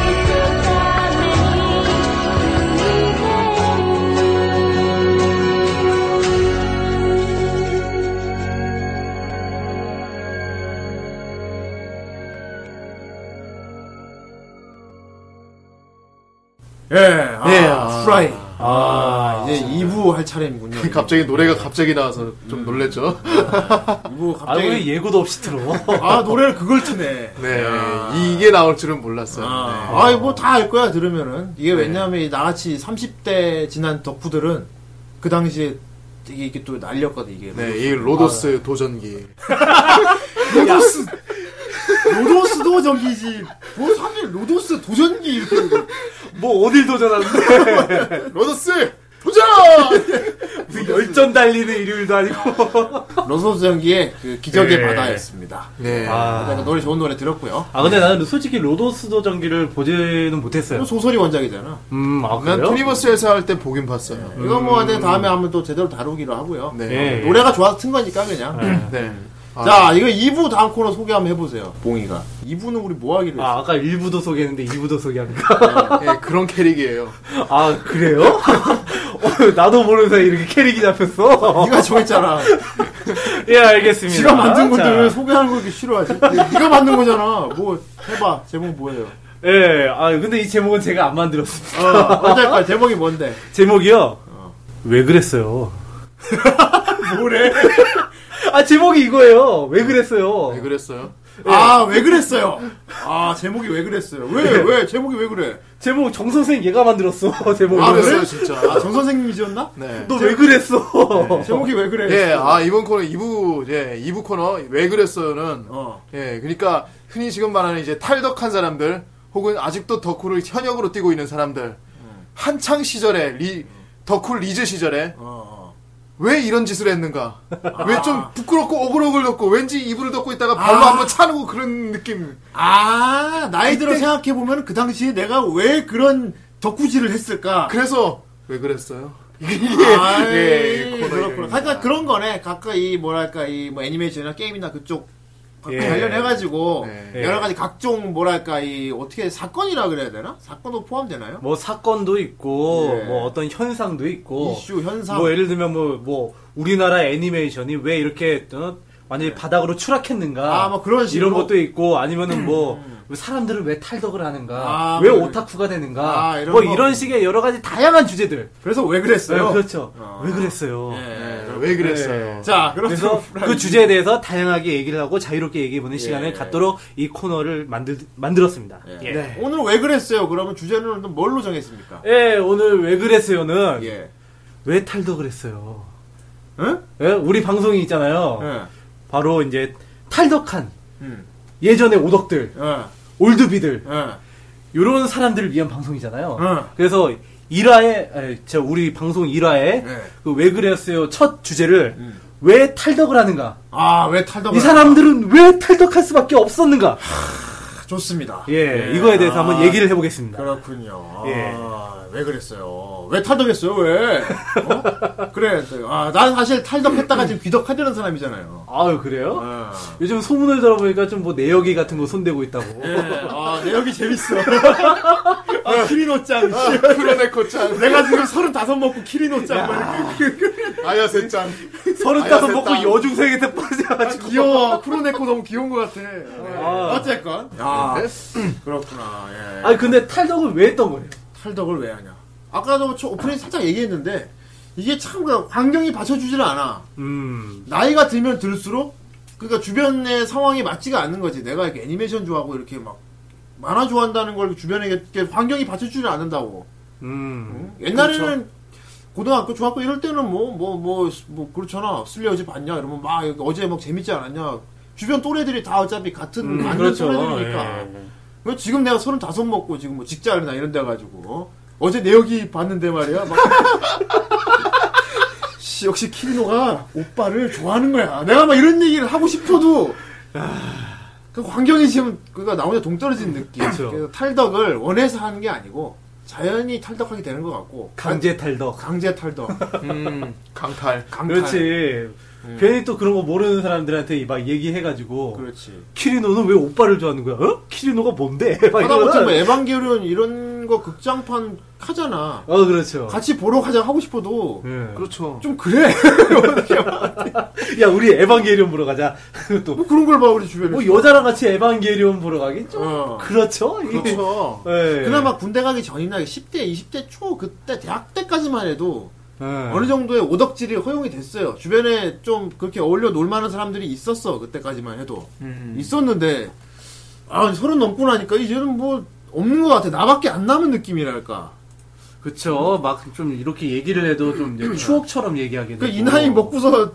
F: に
B: 예, 아,
G: 예, 아.
B: 후라이. 예, 아, 이제 2부 할 차례군요.
C: 그러니까
G: 갑자기 노래가 갑자기 나와서 좀 놀랬죠.
B: 2부
E: 아, 왜
B: 갑자기.
E: 예고도 없이 들어?
B: 아, 노래를 그걸 트네.
G: 네, 이게 나올 줄은 몰랐어요.
B: 아, 아이 뭐 다 알 거야 들으면은 이게 왜냐하면 이 나같이 30대 지난 덕후들은 그 당시에 되게 이게 또 날렸거든 이게
G: 네, 네, 이 로도스 도전기.
B: 로도스 로도스도 전기지 뭐 사실 로도스 도전기 이렇게
E: *laughs* 뭐 어딜 도전하는데?
G: 로도스 도전!
E: 무슨 뭐 열전 달리는 일요일도 아니고.
B: 로도스 전기의 그 기적의
E: 네.
B: 바다였습니다.
G: 네.
B: 그러니까
E: 아,
B: 노래 좋은 노래 들었고요.
E: 아 근데 나는 솔직히 로도스도 전기를 보지는 못했어요.
B: 이거 소설이 원작이잖아.
E: 음, 아
G: 난
E: 그래요?
G: 투니버스에서 할 때 보긴 봤어요.
B: 이거 뭐 하여튼 다음에 한번 또 제대로 다루기로 하고요.
G: 네.
E: 예.
B: 노래가 좋아서 튼 거니까 그냥.
E: 네.
G: 네.
B: 자 이거 2부 다음 코너 소개 한번 해보세요. 봉이가 2부는 우리 뭐 하기로 했어?
E: 아 아까 1부도 소개했는데 2부도 소개합니까?
G: 예, 그런 캐릭이에요.
E: 아 그래요? *laughs* 어, 나도 모르는 사이 이렇게 캐릭이 잡혔어.
B: 네가 정했잖아.
E: 예 알겠습니다.
B: 지가 만든 건데
E: 자,
B: 왜 소개하는 걸 이렇게 싫어하지? 네가 만든 거잖아. 뭐 해봐. 제목 뭐예요?
E: 예. 아 근데 이 제목은 제가 안 만들었습니다.
B: 어, 어떨까? 제목이 뭔데?
E: 제목이요? 왜 그랬어요? 어. *laughs* 뭐래? 아 제목이 이거예요. 왜 그랬어요?
G: 왜 네, 그랬어요?
B: 아 왜 그랬어요? 아 제목이 왜 그랬어요? 왜 왜 제목이 왜 그래?
E: 제목 정 선생 얘가 만들었어. *laughs* 제목.
G: 아,
E: 을
G: 그랬어요, 진짜.
B: 아, 정 선생님이 지었나?
G: 네.
E: 너 왜 그랬어? 네.
B: *laughs* 제목이 왜 그래?
G: 예, 아, 이번 코너 2부, 예, 2부 코너, 왜 그랬어요는,
B: 어.
G: 예, 그러니까, 흔히 지금 말하는 이제 탈덕한 사람들, 혹은 아직도 덕후를 현역으로 뛰고 있는 사람들, 한창 시절에, 리, 덕후 리즈 시절에,
B: 어.
G: 왜 이런 짓을 했는가? 왜 좀 부끄럽고 오글오글했고, 왠지 이불을 덮고 있다가 발로
B: 아.
G: 한번 차는 그런 느낌.
B: 아 나이 들어 생각해 보면 그 당시에 내가 왜 그런 덕후질을 했을까?
G: 그래서, 왜 그랬어요?
B: 아이,
G: 예, 코너
B: 그렇구나.
G: 이름입니다.
B: 그러니까 그런 거네. 각각 이 뭐랄까 이 뭐 애니메이션이나 게임이나 그쪽
E: 예.
B: 관련해가지고
G: 네.
B: 여러 가지 각종 뭐랄까 이 어떻게 사건이라 그래야 되나? 사건도 포함되나요?
E: 뭐 사건도 있고
B: 예.
E: 뭐 어떤 현상도 있고
B: 이슈 현상.
E: 뭐 예를 들면 뭐 뭐 우리나라 애니메이션이 왜 이렇게 어? 완전히 바닥으로 추락했는가
B: 네. 아, 뭐 그런 식으로? 음.
E: 이런 것도 있고 아니면은 뭐 왜 사람들은 왜 탈덕을 하는가
B: 아,
E: 왜
B: 뭐 이런-
E: 오타쿠가 되는가
B: 아, 이런
E: 뭐
B: 거.
E: 이런 식의 여러 가지 다양한 주제들
B: 그래서 왜
E: 네,
B: 그랬어요?
E: 그렇죠
B: 어.
E: 왜 그랬어요
B: 예.
G: 왜 그랬어요?
B: 자,
E: 그래서
B: 그래서
E: *laughs* 그 주제에 대해서 다양하게 얘기를 하고 자유롭게 얘기해보는
B: 예.
E: 시간을 갖도록 이 코너를 만들 만들었습니다
B: 예.
E: 예.
B: 네. 오늘 왜 그랬어요? 그러면 주제는 또 뭘로 정했습니까?
E: 예, 오늘 왜 그랬어요는
B: 예.
E: 왜 탈덕을 했어요
B: 응?
E: 예? 우리 방송이 있잖아요
B: 예.
E: 바로 이제 탈덕한
B: 음.
E: 예전의 오덕들
B: 예.
E: 올드비들
B: 예.
E: 요런 사람들을 위한 방송이잖아요.
B: 응.
E: 그래서 1화에 아니, 저 우리 방송 1화에
B: 네.
E: 그 왜 그랬어요 첫 주제를
B: 음.
E: 왜 탈덕을 하는가
B: 아, 왜 탈덕을
E: 이 사람들은 왜 탈덕할 수밖에 없었는가
B: 하나? 좋습니다.
E: 예, 이거에 대해서
B: 아,
E: 한번 얘기를 해보겠습니다.
B: 그렇군요. 아,
E: 예.
B: 왜 그랬어요? 왜 탈덕했어요? 왜? 어? 그래. 아, 난 사실 탈덕했다가 지금 귀덕하려는 사람이잖아요.
E: 아유 그래요?
B: 아,
E: 요즘 소문을 들어보니까 좀 뭐 내역이 같은 거 손대고 있다고.
B: 예. 아, 내역이 재밌어. 아, 키리노짱. 씨.
G: 프로네코 짱,
B: 내가 지금 서른다섯 먹고 키리노짱. 막 이렇게
G: 아야세 짱.
E: *laughs* 서른다섯
G: 아유,
E: 먹고
G: 됐다.
E: 여중생한테 빠져가지고.
G: 귀여워. 프로네코 너무 귀여운 것 같아.
E: 아,
B: 어쨌건. 야, 그렇구나. 예.
E: 아니 근데 탈덕을 왜 했던 거예요?
B: 탈덕을 왜 하냐. 아까도 저 오프닝 살짝 얘기했는데, 이게 참, 그 환경이 받쳐주질 않아.
E: 음,
B: 나이가 들면 들수록, 그니까 주변의 상황이 맞지가 않는 거지. 내가 이렇게 애니메이션 좋아하고 이렇게 막, 만화 좋아한다는 걸 주변에 이렇게 환경이 받쳐주질 않는다고.
E: 음,
B: 옛날에는, 고등학교, 중학교 이럴 때는 뭐, 뭐, 뭐, 뭐, 그렇잖아. 슬리 어제 봤냐? 이러면 막, 어제 막 재밌지 않았냐? 주변 또래들이 다 어차피 같은,
E: 음,
B: 만든
E: 그렇죠.
B: 또래들이니까.
E: 예.
B: 왜 지금 내가 서른다섯 먹고 지금 뭐 직장이나 이런 데 가지고 어? 제내 여기 봤는데 말이야 막 *laughs* 씨, 역시 키리노가 오빠를 좋아하는 거야 내가 막 이런 얘기를 하고 싶어도 그 환경이 지금 그니까 나 혼자 동떨어진 느낌
E: 그쵸.
B: 그래서 탈덕을 원해서 하는 게 아니고 자연히 탈덕하게 되는 것 같고
E: 강제 탈덕.
B: 강제 탈덕
G: 음, 강탈.
B: 강탈
E: 그렇지. 괜히 또 그런 거 모르는 사람들한테 막 얘기해가지고
B: 그렇지
E: 키리노는 왜 오빠를 좋아하는 거야? 어? 키리노가 뭔데? *laughs* 막
B: 하다못해 뭐
E: 이러면
B: 에반게리온 이런 극장판과 극장판 하잖아.
E: 어 그렇죠.
B: 같이 보러 가자 하고 싶어도
E: 예.
G: 그렇죠.
B: 좀 그래.
E: 야 우리 에반게리온 보러 가자. *laughs* 또
B: 뭐 그런 걸 봐 우리 주변에.
E: 뭐 여자랑 같이 에반게리온 보러 가긴 좀
B: 어.
E: 그렇죠. 이게-
B: 그렇죠.
E: 예.
B: 그나마 군대 가기 전이나 10대, 20대 초 그때 대학 때까지만 해도
E: 예.
B: 어느 정도의 오덕질이 허용이 됐어요. 주변에 좀 그렇게 어울려 놀만한 사람들이 있었어 그때까지만 해도
E: 음.
B: 있었는데 아 서른 넘고 나니까 이제는 뭐 없는 것 같아. 나밖에 안 남은 느낌이랄까.
E: 그쵸. 막 좀 이렇게 얘기를 해도 좀 *clears throat* 이제 추억처럼 얘기하게 되고.
B: 그 이 나이 먹고서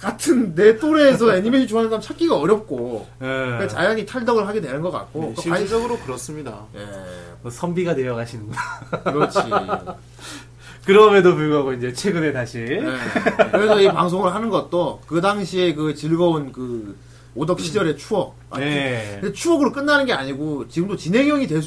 B: 같은 내 또래에서 애니메이션 좋아하는 사람 찾기가 어렵고
E: 예.
B: 그러니까 자연히 탈덕을 하게 되는 것 같고
G: 네,
B: 그러니까
G: 실질적으로 그렇습니다.
B: 관- 예,
E: 뭐 선비가 되어 가시는구나. *laughs*
B: 그렇지.
E: 그럼에도 불구하고 이제 최근에 다시.
B: 예. 그래서 이 방송을 하는 것도 그 당시에 그 즐거운 그 오덕 시절의 추억. 아,
E: 예.
B: 근데 추억으로 끝나는 게 아니고 지금도 진행형이 되,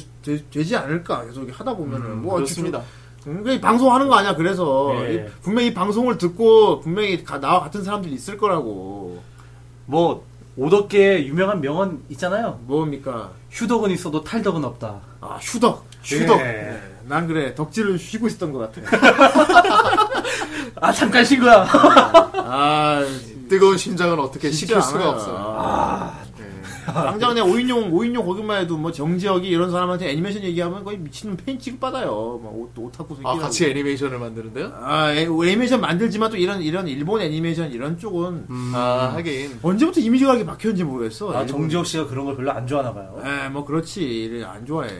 B: 지 않을까 계속 이렇게 하다 보면은 뭐
G: 그렇습니다.
B: 음, 그 방송하는 거 아니야 그래서
E: 예.
B: 이- 분명히 이 방송을 듣고 분명히 가- 나와 같은 사람들이 있을 거라고
E: 뭐 오덕계의 유명한 명언 있잖아요.
B: 뭡니까
E: 휴덕은 있어도 탈덕은 없다.
B: 아 휴덕 휴덕
E: 예.
B: 네, 난 그래 덕질을 쉬고 있었던 것
G: *laughs*
B: 같아
E: 아 잠깐 신거야.
B: 아
G: 뜨거운 심장은 어떻게 식힐
B: 시킬 네.
G: 수가 없어.
E: 아.
B: 당장 내 오인용 오인용 거기만 해도 뭐 정지혁이 이런 사람한테 애니메이션 얘기하면 거의 미친놈 팬 취급받아요 막 옷, 오타쿠 새끼
G: 아, 같이 애니메이션을 만드는데요?
B: 아, 애- 애니메이션 만들지만 또 이런 이런 일본 애니메이션 이런 쪽은
G: 아, 하긴.
B: 언제부터 이미지 가게 막혔는지 모르겠어.
E: 음. 아
B: 일본.
E: 정지혁 씨가 그런 걸 별로 안 좋아하나 봐요.
B: 에, 뭐 그렇지. 이를 안 좋아해.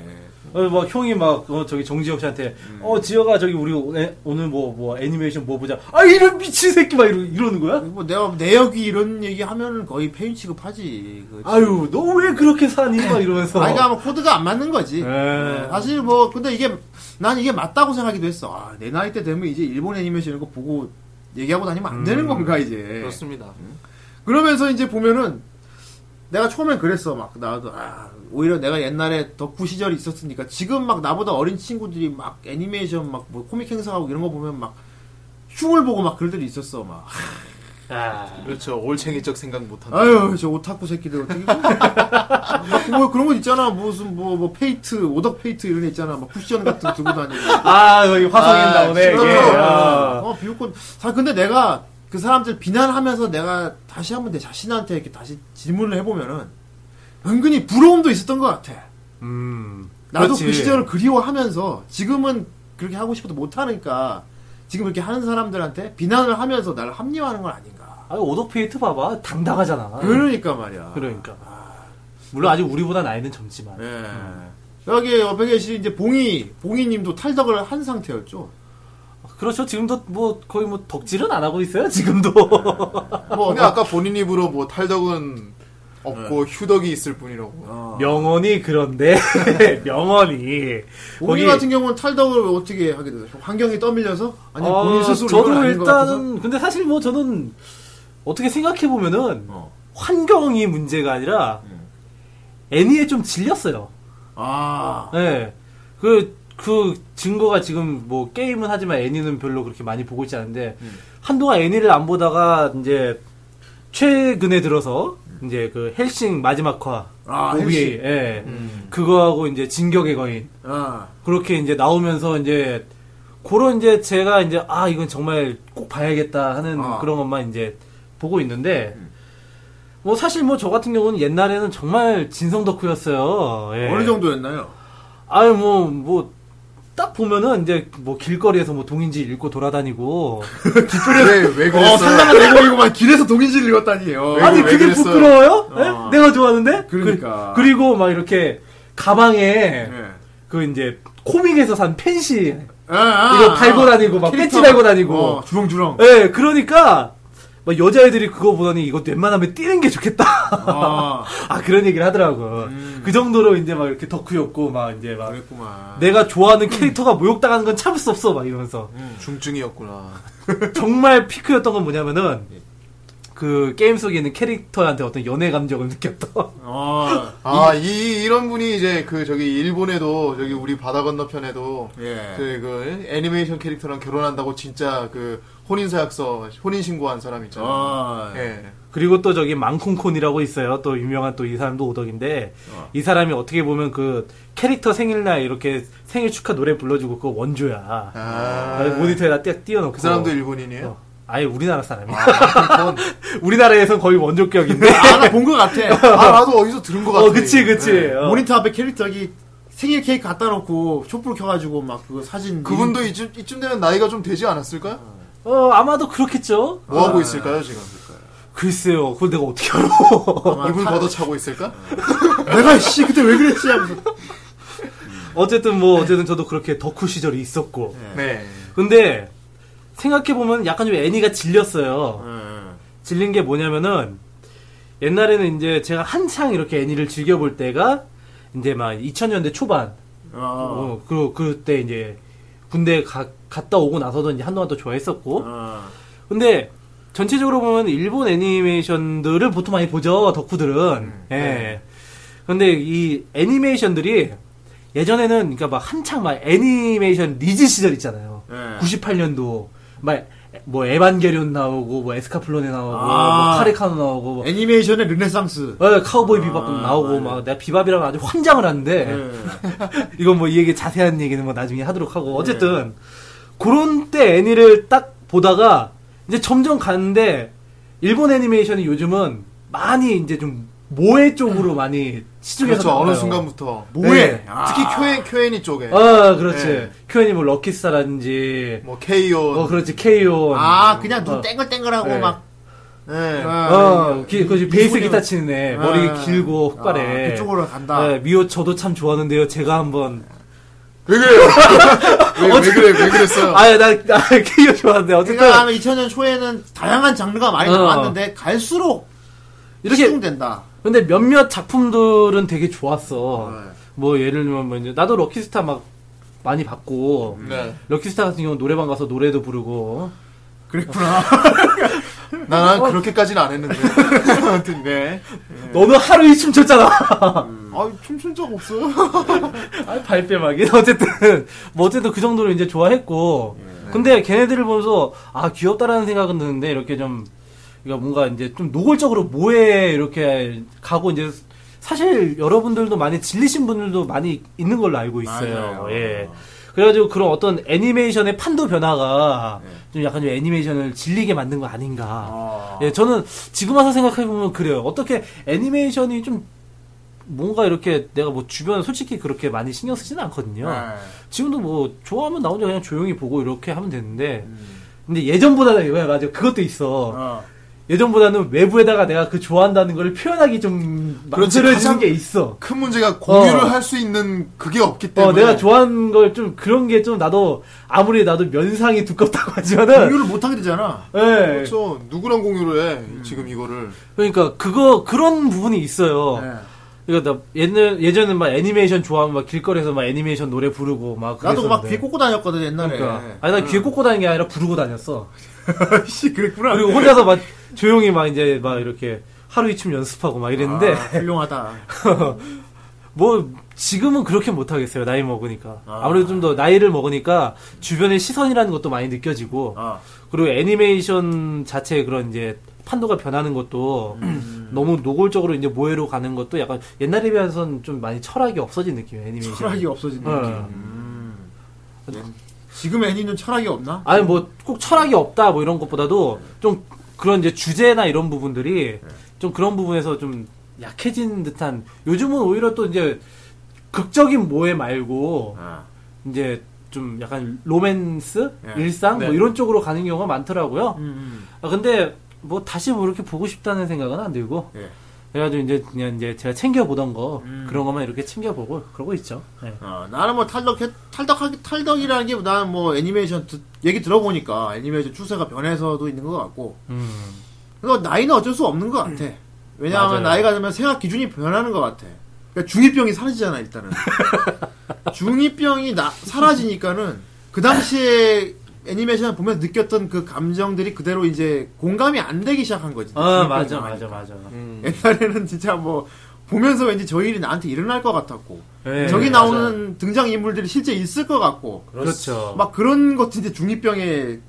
E: 어, 막 형이 막 어, 저기 정지혁 씨한테 어 지혁아 저기 우리 오늘 오늘 뭐 뭐 애니메이션 뭐 보자. 아 이런 미친 새끼 막 이러, 이러는 거야?
B: 뭐 내가 내역이 이런 얘기 하면은 거의 폐인 취급하지. 그렇지.
E: 아유 너 왜 그렇게 사니 막 이러면서.
B: 아니, 그러니까 아마 코드가 안 맞는 거지.
E: 예.
B: 사실 뭐 근데 이게 난 이게 맞다고 생각하기도 했어. 아, 내 나이 때 되면 이제 일본 애니메이션 이런 거 보고 얘기하고 다니면 안
E: 음.
B: 되는 건가 이제.
G: 그렇습니다.
B: 그러면서 이제 보면은 내가 처음엔 그랬어 막 나도 아 오히려 내가 옛날에 덕후 시절이 있었으니까 지금 막 나보다 어린 친구들이 막 애니메이션 막 뭐 코믹 행사하고 이런 거 보면 막 흉을 보고 막 그럴 때도 있었어 막
G: 그렇죠. 올챙이적 생각 못한다.
B: 아유 저 오타쿠 새끼들 어떻게 막뭐 그런 거 있잖아 무슨 뭐 뭐 페이트 오덕 페이트 이런 애 있잖아 막 쿠션 같은 거 들고 다니고
E: 아 여기 화성인
G: 아,
E: 나오네.
G: 진짜.
E: 이게. 아.
B: 어 비웃고 다 근데 내가 그 사람들 비난하면서 내가 다시 한번 내 자신한테 이렇게 다시 질문을 해보면은 은근히 부러움도 있었던 것 같아.
E: 음.
B: 나도
E: 그렇지.
B: 그 시절을 그리워하면서 지금은 그렇게 하고 싶어도 못하니까 지금 이렇게 하는 사람들한테 비난을 하면서 나를 합리화하는 건 아닌가.
E: 아 오덕페이트 봐봐 당당하잖아.
B: 그러니까 말이야.
E: 그러니까. 물론 아직 우리보다 나이는 젊지만.
B: 예. 여기 옆에 계신 이제 봉이 봉이님도 탈덕을 한 상태였죠.
E: 그렇죠. 지금도 뭐 거의 뭐 덕질은 안 하고 있어요. 지금도
B: 뭐
G: 근데 아까 본인 입으로 뭐 탈덕은 없고
B: 네.
G: 휴덕이 있을 뿐이라고.
B: 어.
E: 명언이 그런데 아. *laughs* 명언이
B: 봉이 같은 경우는 탈덕을 왜 어떻게 하게 됐어요? 환경이 떠밀려서 아니 면
E: 아,
B: 본인 스스로 이건
E: 저도
B: 아닌 것 같아서?
E: 일단은 근데 사실 뭐 저는 어떻게 생각해 보면은
B: 어.
E: 환경이 문제가 아니라 애니에 좀 질렸어요.
B: 아,
E: 예. 그, 그 증거가 지금 뭐 게임은 하지만 애니는 별로 그렇게 많이 보고 있지 않은데,
B: 음.
E: 한동안 애니를 안 보다가 이제 최근에 들어서 이제 그 헬싱 마지막화.
B: 아,
E: OVA,
B: 헬싱. 음.
E: 예. 그거하고 이제 진격의 거인.
B: 아,
E: 그렇게 이제 나오면서 이제 그런 이제 제가 이제 아 이건 정말 꼭 봐야겠다 하는
B: 아. 음.
E: 그런 것만 이제 보고 있는데 뭐 사실 뭐 저 같은 경우는 옛날에는 정말 진성 덕후였어요. 예.
B: 어느 정도였나요?
E: 아유 뭐뭐 딱 보면은 이제 뭐 길거리에서 뭐 동인지 읽고 돌아다니고
G: 왜,
B: *laughs*
G: 왜
B: 어,
G: 그랬어?
B: 상당한 내공이구만. 길에서 동인지를 읽었다니. 어.
G: 왜
E: 아니
G: 그- 왜
E: 그게
G: 그랬어요?
E: 부끄러워요? 예?
B: 어.
E: 내가 좋아하는데
B: 그러니까.
E: 그, 리고막 이렇게 가방에
B: 예.
E: 그 이제 코믹에서 산 펜시
B: 아, 아,
E: 이거
B: 아,
E: 달고
B: 아.
E: 다니고 막
B: 캐릭터.
E: 배지 달고 다니고.
B: 어, 주렁주렁.
G: 네.
E: 예, 그러니까 막 여자애들이 그거 보더니 이거 웬만하면 뛰는 게 좋겠다.
B: 아,
E: *laughs*
B: 음.
E: 아 그런 얘기를 하더라고. 그 정도로 이제 막 이렇게 덕후였고 막 이제 막
B: 그랬구만. 어, *clears throat*
E: 내가 좋아하는 캐릭터가 모욕당하는 건 참을 수 없어 막 이러면서
G: 중증이었구나.
E: 정말 피크였던 건 뭐냐면은 그 게임 속에 있는 캐릭터한테 어떤 연애 감정을 느꼈던
B: 어,
G: 아, 이, 이런 분이 이제 그 저기 일본에도 저기 우리 바다 건너편에도
B: 예.
G: 그그 애니메이션 캐릭터랑 결혼한다고 진짜 그 혼인서약서 혼인 신고한 사람 있잖아요.
B: 어,
G: 예.
E: 그리고 또 저기 망콩콘이라고 있어요. 또 유명한 또 이 사람도 오덕인데 이 사람이 어떻게 보면 그 캐릭터 생일날 이렇게 생일 축하 노래 불러주고 그거 원조야.
G: 아,
E: 모니터에다 띄- 띄워놓고
G: 그 사람도 일본인이에요?
E: 어, 아예 우리나라 사람이야. *laughs* 우리나라에선 거의 원조격인데.
B: 아, 나 본 것
E: *laughs*
B: 같아.
G: 아, 나도 어디서 들은 것 같아. 네.
E: 어, 그치, 그치. 어.
B: 모니터 앞에 캐릭터기 생일 케이크 갖다 놓고 촛불 켜가지고 막 그거 사진.
G: 그분도 이쯤 이쯤 되면 나이가 좀 되지 않았을까요?
E: 어, 아마도 그렇겠죠?
G: 뭐 하고 있을까요 지금?
E: 글쎄요. 그걸 내가 어떻게 알아?
G: 얼굴 걷어차고 있을까?
B: 내가 씨 그때 왜 그랬지 하면서.
E: 어쨌든 뭐, 어쨌든 저도 그렇게 덕후 시절이 있었고.
G: 네.
E: 근데, 생각해보면 약간 좀 애니가 질렸어요.
B: 예.
E: 질린 게 뭐냐면은 옛날에는 이제 제가 한창 이렇게 애니를 즐겨볼 때가 이제 막 2000년대 초반
B: 어,
E: 어, 그 그때 이제 군대 가- 갔다 오고 나서도 이제 한동안 또 좋아했었고
B: 어,
E: 근데 전체적으로 보면 일본 애니메이션들을 보통 많이 보죠 덕후들은 예 근데 이 애니메이션들이 예전에는 그러니까 막 한창 막 애니메이션 리즈 시절 있잖아요
B: 예.
E: 98년도 막 뭐 에반게리온 나오고 뭐 에스카플론에 나오고
B: 아.
E: 뭐 카레카노 나오고 뭐
B: 애니메이션의 르네상스.
E: 어, 카우보이 비밥도
B: 아, 맞아요.
E: 나오고 막 내가 비밥이라고 아주 환장을 하는데
B: 예.
E: *laughs* 이건 뭐 이 얘기 자세한 얘기는 뭐 나중에 하도록
B: 네.
E: 하고 어쨌든 그런 때 애니를 딱 보다가 이제 점점 가는데 일본 애니메이션이 요즘은 많이 이제 좀 모해
B: 음.
E: 쪽으로 많이 시중에서
G: 그렇죠. 어느
E: 나와요.
G: 순간부터
B: 뭐해?
E: 네.
B: 아.
G: 특히 쿄엔 쿄엔이 쪽에
E: 아 그렇지
G: 네.
E: 큐엔이 뭐 럭키스타라든지
G: 뭐 KO
E: 어 그렇지 케이온
B: 아, 그냥 눈
E: 어.
B: 땡글땡글하고
E: 네.
B: 막. 아,
G: 네.
E: 어, 기, 그 베이스
B: 미소녀. 네.
E: 기타 치는 애, 머리 길고 흑발에.
B: 아, 그쪽으로 간다.
E: 네, 미호 저도 참 좋아하는데요. 제가 한번
G: 왜 그래요? 왜, 왜 그래? 왜 그랬어요?
E: 아, 나, 나 케이오 좋아하는데 어쨌든
B: 제가 아마 2000년 초에는 다양한 장르가 많이
E: 그 어.
B: 나왔는데 갈수록
E: 이렇게
B: 시중된다.
E: 근데 몇몇 작품들은 되게 좋았어. 뭐 예를 들면 뭐 이제 나도 럭키스타 막 많이 봤고
G: 네.
E: 럭키스타 같은 경우 는 노래방 가서 노래도 부르고
B: 그랬구나.
G: 나는 그렇게까지는 안 *laughs* 했는데. 아무튼 네.
E: 너는 하루 이춤 췄잖아.
G: 아, 춤춘 적 없어요.
E: 아, 발뺌하기. 어쨌든 뭐 어쨌든 그 정도로 이제 좋아했고. 근데 걔네들을 보면서 아 귀엽다라는 생각은 드는데 이렇게 좀 그러니까 뭔가 이제 좀 노골적으로 뭐에 이렇게 가고 이제 사실 여러분들도 많이 질리신 분들도 많이 있는 걸로 알고 있어요.
B: 맞아요.
E: 예. 그래가지고 그런 어떤 애니메이션의 판도 변화가
B: 네.
E: 좀 약간 좀 애니메이션을 질리게 만든 거 아닌가. 예, 저는 지금 와서 생각해보면 그래요. 어떻게 애니메이션이 좀 뭔가 이렇게 내가 뭐 주변 솔직히 그렇게 많이 신경 쓰지는 않거든요.
G: 네.
E: 지금도 뭐 좋아하면 나 혼자 그냥 조용히 보고 이렇게 하면 되는데
G: 음.
E: 근데 예전보다는 이거야 맞아 그것도 있어
B: 어.
E: 예전보다는 외부에다가 내가 그 좋아한다는 걸 표현하기 좀
G: 그렇지,
E: 만들어진
G: 가장-
E: 게 있어
G: 큰 문제가 공유를
E: 어.
G: 할 수 있는 그게 없기
E: 어
G: 때문에.
E: 내가 좋아하는 걸 좀 그런 게 좀 나도 아무리 나도 면상이 두껍다고 *laughs* 하지만은
B: 이유를 못하게 되잖아.
E: 예
G: 그렇죠. 누구랑 공유를 해? 지금 이거를.
E: 그러니까 그거 그런 부분이 있어요
B: 네.
E: 그러니까 나 예전 예전에 막 애니메이션 좋아하면 막 길거리에서 막 애니메이션 노래 부르고 막
B: 나도 막
E: 그랬었는데.
B: 귀에 꽂고 다녔거든 옛날에.
E: 그러니까. 아니 나 귀에 꽂고 다니는 게 아니라 부르고 다녔어
B: 씨 음. 그랬구나.
E: 그리고 혼자서 막 조용히 막 이제 막 이렇게 하루 이쯤 연습하고 막 이랬는데
B: 아, 훌륭하다.
E: *laughs* 뭐 지금은 그렇게 못 하겠어요 나이 먹으니까 아. 무래도 좀 더 나이를 먹으니까 주변의 시선이라는 것도 많이 느껴지고
B: 아.
E: 그리고 애니메이션 자체의 그런 이제 판도가 변하는 것도
B: 음.
E: 너무 노골적으로 이제 모해로 가는 것도 약간 옛날에 비해서는 좀 많이 철학이 없어진 느낌이에요 애니메이션
B: 철학이 없어진
E: 어.
B: 느낌. 음. 지금 애니는 철학이 없나?
E: 아니 뭐 꼭 철학이 없다 뭐 이런 것보다도 좀 그런 이제 주제나 이런 부분들이 좀 그런 부분에서 좀 약해진 듯한 요즘은 오히려 또 이제 극적인 모해 말고
B: 아.
E: 이제 좀 약간 로맨스
B: 예.
E: 일상
G: 네.
E: 뭐 이런 쪽으로 가는 경우가 많더라고요.
B: 음,
E: 아, 근데 뭐 다시 뭐 이렇게 보고 싶다는 생각은 안 들고
B: 예.
E: 그래가지고 이제 그냥 이제 제가 챙겨 보던 거 그런 것만 이렇게 챙겨 보고 그러고 있죠. 예.
B: 어, 나는 뭐 탈덕 탈덕 탈덕이라는 게 나는 뭐 애니메이션 듣- 얘기 들어보니까 애니메이션 추세가 변해서도 있는 것 같고
E: 음.
B: 그거 나이는 어쩔 수 없는 것 같아. 왜냐하면
E: 맞아요.
B: 나이가 들면 생각 기준이 변하는 것 같아. 그러니까 중이병이 사라지잖아
E: *laughs*
B: 일단은. 중이병이 나- 사라지니까는 그 당시에 애니메이션을 보면서 느꼈던 그 감정들이 그대로 이제 공감이 안 되기 시작한 거지.
E: 아
B: 그러니까
E: 맞아
B: 하니까.
E: 맞아 맞아.
B: 옛날에는 진짜 뭐 보면서 왠지 저 일이 나한테 일어날 것 같았고
E: 예,
B: 저기
E: 맞아요.
B: 나오는 등장 인물들이 실제 있을 것 같고
E: 그렇죠.
B: 막 그런 것 이제 중이병에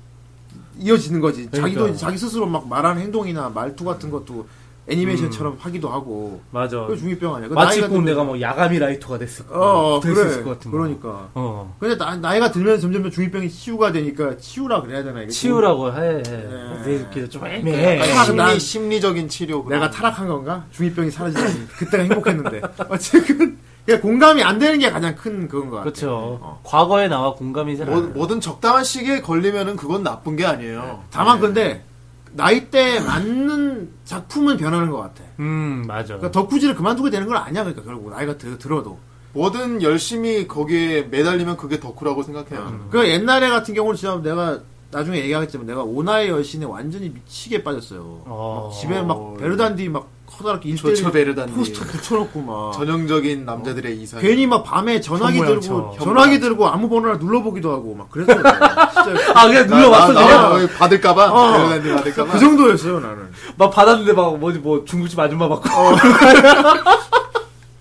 B: 이어지는 거지. 자기도
E: 그러니까.
B: 이제 자기 스스로 막 말하는 행동이나 말투 같은 것도 애니메이션처럼 하기도 하고.
E: 음. 맞아.
B: 그 중이병 아니야. 그
E: 마치 뭐 네,
B: 나이가
E: 꼭
B: 들-
E: 내가 뭐 야감이 라이터가 됐을 거,
B: 어, 어 그래.
E: 됐을 것 같은 거.
B: 그러니까.
E: 어.
B: 근데 나, 나이가 들면 점점 중이병이 치유가 되니까 치유라 그래야 되나 이게.
E: 치우라고 해.
B: 네.
E: 내 느낌도 좀 애매해. 네.
B: 약간
C: 그러니까 심리,
B: 난-
C: 심리적인 치료.
B: 좀- 내가 타락한 건가? 중이병이 사라지니 그때가 행복했는데. *laughs* 어쨌든 그냥 공감이 안 되는 게 가장 큰 그건 것 같아.
E: 그렇죠.
B: 네.
E: 과거에 나와 공감이 잘.
C: 뭐,
E: 안 돼.
C: 뭐든 적당한 시기에 걸리면은 그건 나쁜 게 아니에요.
E: 네.
B: 다만 근데 나이 때 맞는 작품은 변하는 것 같아.
E: 음 맞아.
B: 그러니까 덕후질을 그만두게 되는 건 아니야. 그러니까 결국 나이가 들, 들어도.
C: 뭐든 열심히 거기에 매달리면 그게 덕후라고 생각해요.
E: 음.
B: 그 옛날에 같은 경우는 진짜 내가 나중에 얘기하겠지만 내가 오나의 여신에 완전히 미치게 빠졌어요.
E: 어.
B: 막 집에 막 베르단디 막 커다랗게 일대일
C: 조처 베르단디.
B: 포스터 붙여놓고 막
C: 전형적인 남자들의 이상.
B: 괜히 막 밤에 전화기
E: 현모양,
B: 들고
E: 저.
B: 전화기 들고 아무 번호나 눌러보기도 하고 막 그랬어요. *laughs* 내가. 진짜
E: 아 그냥 눌러봤어
C: 그러니까 나,
E: 그냥.
C: 나, 나 받을까봐.
B: 어.
C: 베르단디 받을까봐.
B: 그 정도였어요 나는.
E: 막 받았는데 막 뭐지 뭐 중국집 아줌마 받고.
B: 어.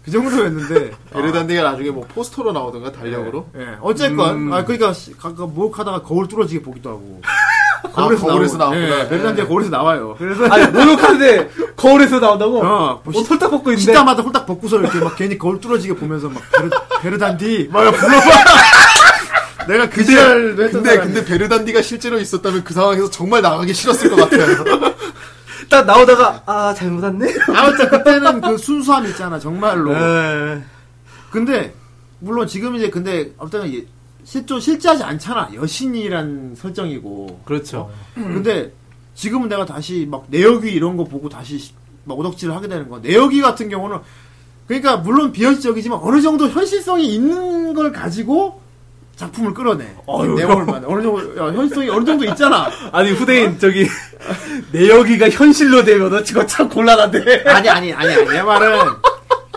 B: 그 정도였는데.
C: 베르단디가 나중에 뭐 포스터로 나오던가 달력으로.
B: 예, 어쨌건 아 그러니까 시- 가끔 목욕하다가 거울 뚫어지게 보기도 하고. 나오고.
C: 거울에서 나오구나.
B: 예, 베르단디가 거울에서 나와요. 그래서
E: *laughs* 아니 목욕하는데 거울에서 나온다고.
B: 어,
E: 옷 털딱 벗고 있는데.
B: 씻다마다 홀딱 벗고서 이렇게 막 괜히 거울 뚫어지게 보면서 막 베르, 베르단디 막 불러봐. *laughs* 내가 그 지랄을 했던
C: 근데, 근데 베르단디가 실제로 있었다면 그 상황에서 정말 나가기 싫었을 것 같아요.
B: *laughs*
E: 딱 나오다가 아 잘못 왔네. *laughs*
B: 아무튼 그때는 그 순수함 있잖아 정말로.
E: 에.
B: 근데 물론 지금 이제 근데 아무튼 예- 실존 실제하지 않잖아 여신이란 설정이고.
E: 그렇죠.
B: 근데 지금은 내가 다시 막 내역이 이런 거 보고 다시 시- 막 오덕질을 하게 되는 거. 내역이 같은 경우는 그러니까 물론 비현실적이지만 어느 정도 현실성이 있는 걸 가지고 작품을 끌어내.
E: 어휴.
B: 내용을만 어느 정도 야, 현실성이 어느 정도 있잖아.
E: 아니 후대인 저기 *laughs* 내 여기가 현실로 되면은 그거 참 곤란한데.
B: 아니 아니 아니 아니. 내 말은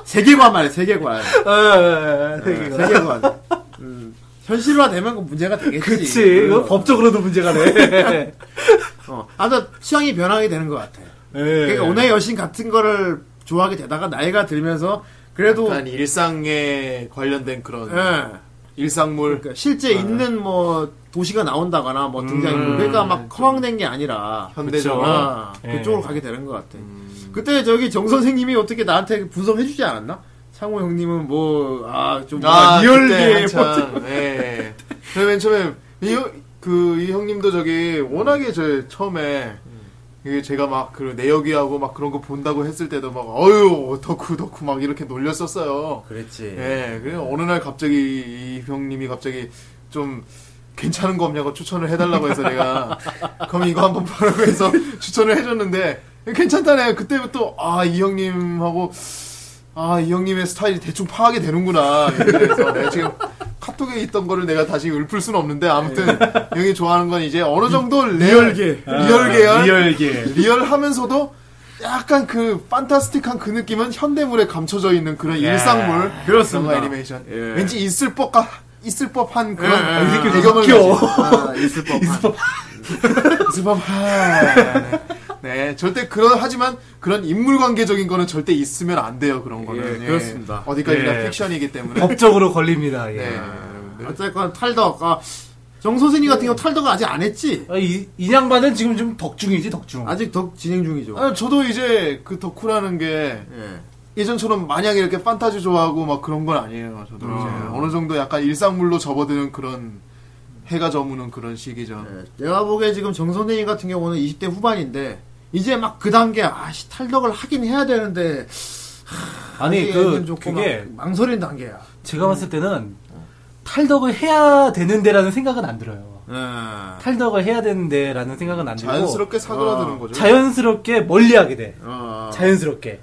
B: 세계관 말이야 세계관. 네,
E: 어, *laughs* 어, 어, 되게.
B: 세계관. 음, 현실화되면 그 문제가 되겠지.
E: 그치.
B: 어.
E: 이거 법적으로도 문제가 돼.
B: 어. 아무튼 취향이 변하게 되는 것 같아.
E: 예.
B: 그러니까 오나의 여신 같은 거를 좋아하게 되다가 나이가 들면서 그래도
C: 약간 일상에 관련된 그런
B: 예.
C: 일상물.
B: 그러니까 실제 있는 뭐 도시가 나온다거나 뭐 등장인물 그러니까 막 커황된 게 아니라
C: 음. 네. 현대적으로. 음.
B: 아,
E: 예.
B: 그쪽으로 가게 되는 것 같아. 그때 저기 정 선생님이 어떻게 나한테 분석해주지 않았나? 창호 형님은 뭐 아좀
C: 아, 그때
B: 리얼리에
C: 한참. 예. 저맨 처음에 이, 형- 그, 이 형님도 저기 워낙에 저 처음에 이게 제가 막 그 내역이하고 막 그런 거 본다고 했을 때도 막 어유 덕후 덕후 막 이렇게 놀렸었어요.
B: 그랬지.
C: 예. 그래 어느 날 갑자기 이 형님이 갑자기 좀 괜찮은 거 없냐고 추천을 해달라고 해서
B: *laughs*
C: 내가 그럼 이거 한번 보라고 해서 추천을 해줬는데 괜찮다네. 그때부터 아 이 형님하고 아 이 형님의 스타일이 대충 파악이 되는구나. 그래서 내가 지금 카톡에 있던 거를 내가 다시 읊을 수는 없는데 아무튼 이 형이 좋아하는 건 이제 어느 정도 리얼계 리얼 계열
E: 리얼계.
C: 리얼하면서도 약간 그 판타스틱한 그 느낌은 현대물에 감춰져 있는 그런 일상물
B: 그렇습니다.
C: 영화 애니메이션
B: 예.
C: 왠지 있을 법가 있을 법한
B: 예, 예,
C: 그런
B: 예.
C: 이
E: 웃겨.
B: 아, 있을 법한.
C: 있을 법한 네 절대 그런 하지만 그런 인물 관계적인 거는 절대 있으면 안 돼요 그런 거는
B: 예, 그렇습니다.
C: 어디까지나
E: 예.
C: 픽션이기 때문에
E: 법적으로 걸립니다. 예.
C: 네.
B: 어쨌건 탈덕. 아, 정 선생님 같은 경우 탈덕을 아직 안 했지.
E: 아, 이, 이 양반은 지금 좀 덕중이지 덕중.
B: 아직 덕 진행 중이죠.
C: 아, 저도 이제 그 덕후라는 게
B: 예.
C: 예전처럼 만약에 이렇게 판타지 좋아하고 막 그런 건 아니에요. 저도 이제 어느 정도 약간 일상물로 접어드는 그런 해가 저무는 그런 시기죠.
B: 예, 내가 보기에 지금 정 선생님 같은 경우는 20대 후반인데 이제 막 그 단계 아씨 탈덕을 하긴 해야 되는데
E: 아니
B: 하기에는
E: 그
B: 조금
E: 그게
B: 막- 망설이는 단계야.
E: 제가 봤을
C: 음.
E: 때는 탈덕을 해야 되는데라는 생각은 안 들어요.
B: 예.
E: 탈덕을 해야 되는데라는 생각은 안 들고
C: 자연스럽게 사그라드는 거죠. 아.
E: 자연스럽게 멀리하게 돼.
B: 어,
E: 자연스럽게.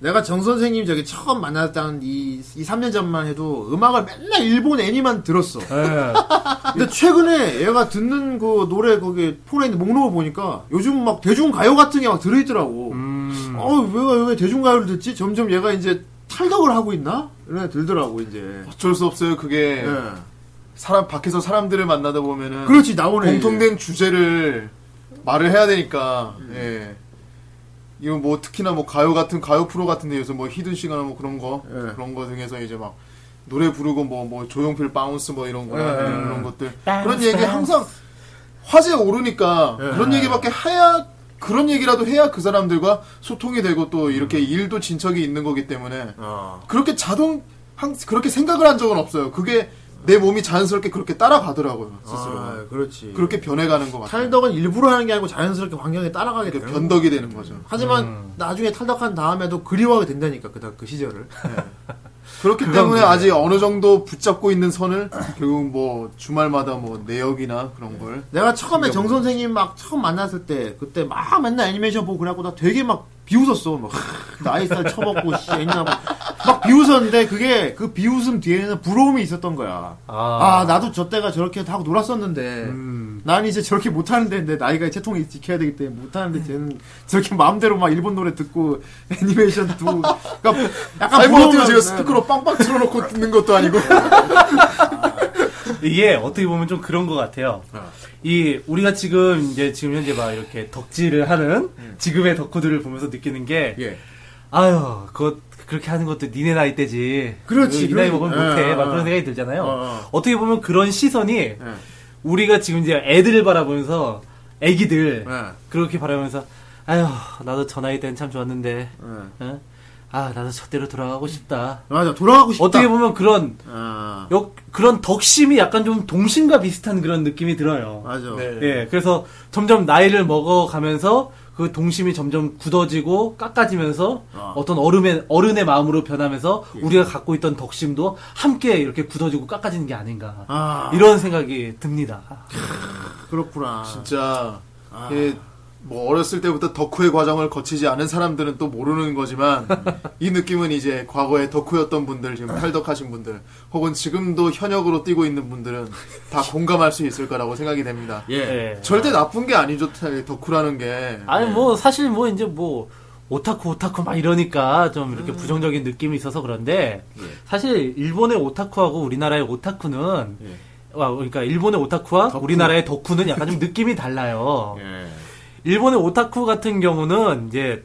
B: 내가 정 선생님 저기 처음 만났던 이, 이 3년 전만 해도 음악을 맨날 일본 애니만 들었어.
E: 예.
B: 근데 최근에 얘가 듣는 그 노래 거기 폰에 있는 목록을 보니까 요즘 막 대중가요 같은 게 막 들어있더라고.
E: 음.
B: 어, 왜, 왜 대중가요를 듣지? 점점 얘가 이제 탈덕을 하고 있나? 이런 애 들더라고, 이제.
E: 네.
C: 어쩔 수 없어요. 그게
B: 예.
C: 사람 밖에서 사람들을 만나다 보면은
B: 그렇지 나오네.
C: 공통된 주제를 말을 해야 되니까
B: 음.
C: 예. 이거 뭐 특히나 뭐 가요 같은 가요 프로 같은 데에서 뭐 히든 싱어나 뭐 그런 거
B: 예.
C: 그런 거 등에서 이제 막 노래 부르고 뭐 뭐 조용필 바운스 뭐 이런 거나
B: 예.
C: 이런 그런 것들 그런 얘기 항상 화제에 오르니까
B: 예.
C: 그런 얘기밖에 해야 그런 얘기라도 해야 그 사람들과 소통이 되고 또 이렇게 일도 진척이 있는 거기 때문에
B: 음. 어.
C: 그렇게 자동 항- 그렇게 생각을 한 적은 없어요. 그게 내 몸이 자연스럽게 그렇게 따라가더라고요 스스로.
B: 아, 그렇지.
C: 그렇게 변해가는 것 같아요.
B: 탈덕은 일부러 하는 게 아니고 자연스럽게 환경에 따라가게 되는 거야.
C: 변덕이 되는 거죠.
B: 하지만 나중에 탈덕한 다음에도 그리워하게 된다니까 그다 그 시절을.
C: 그렇기 때문에 아직 어느 정도 붙잡고 있는 선을 결국 뭐 주말마다 뭐 내역이나 그런 걸
B: *laughs* 내가 처음에 정 선생님 막 처음 만났을 때 그때 막 맨날 애니메이션 보고 그래갖고 나 되게 막 비웃었어. 막 *laughs* 나이살 쳐먹고 씨 애니나 막, 막 비웃었는데 그게 그 비웃음 뒤에는 부러움이 있었던 거야. 아, 음. 나도 저 때가 저렇게 하고 놀았었는데 난 이제 저렇게 못하는데 내 나이가 채통이 지켜야 되기 때문에 못하는데 쟤는 저렇게 마음대로 막 일본 노래 듣고 *laughs* 애니메이션 듣고 그러니까 약간 네.
C: 사이버노트가 제가
B: 부러우면-
C: 스피커로 빵빵 틀어놓고 듣는 것도 아니고
E: 이게 어떻게 보면 좀 그런 것 같아요.
B: 어.
E: 이 우리가 지금 이제 지금 현재 막 이렇게 덕질을 하는 지금의 덕후들을 보면서 느끼는 게
B: 음. 예.
E: 아유 그거 그렇게 하는 것도 니네 나이 때지.
B: 그렇지,
E: 이 나이
B: 그러니.
E: 먹으면 못해.
B: 예,
E: 막
B: 예.
E: 그런 생각이 들잖아요.
B: 어. 예.
E: 어. 떻게 보면 그런 시선이 우리가 지금 이제 애들을 바라보면서 애기들
B: 예.
E: 그렇게 바라면서 아유 나도 저 나이 때는 참
B: 예.
E: 좋았는데 어? 아 나도 저때로
B: 음.
E: 돌아가고 싶다.
B: 맞아 돌아가고 싶다.
E: 어떻게 보면 그런
B: 아,
E: 역, 그런 덕심이 약간 좀 동심과 비슷한 그런 느낌이 들어요.
B: 맞아.
E: 예, 그래서 점점 나이를 먹어가면서 그 동심이 점점 굳어지고 깎아지면서 예.
B: 아.
E: 어떤 어른의, 어른의 마음으로 변하면서 우리가 갖고 있던 덕심도 함께 이렇게 굳어지고 깎아지는 게 아닌가.
B: 아
E: 이런 생각이 듭니다.
B: 그렇구나.
C: 진짜
E: 아.
C: 이게 뭐 어렸을 때부터 덕후의 과정을 거치지 않은 사람들은 또
E: *laughs*
C: 모르는 거지만 이 느낌은 이제 과거에 덕후였던 분들
E: 아.
C: 지금 탈덕하신 분들 혹은 지금도 현역으로 뛰고 있는 분들은
E: *laughs*
C: 다 공감할 수 있을 거라고 생각이 됩니다.
E: 예.
C: 절대 나쁜 게 아니죠 탈- 덕후라는 게
E: 아니, 뭐, 사실 뭐, 이제 뭐, 오타쿠, 오타쿠 막 이러니까 좀 이렇게 부정적인 느낌이 있어서 그런데, 사실 일본의 오타쿠하고 우리나라의 오타쿠는, 와, 그러니까 일본의 오타쿠와 우리나라의 덕후는 약간 *laughs* 좀 느낌이 달라요.
B: 예.
E: 일본의 오타쿠 같은 경우는 이제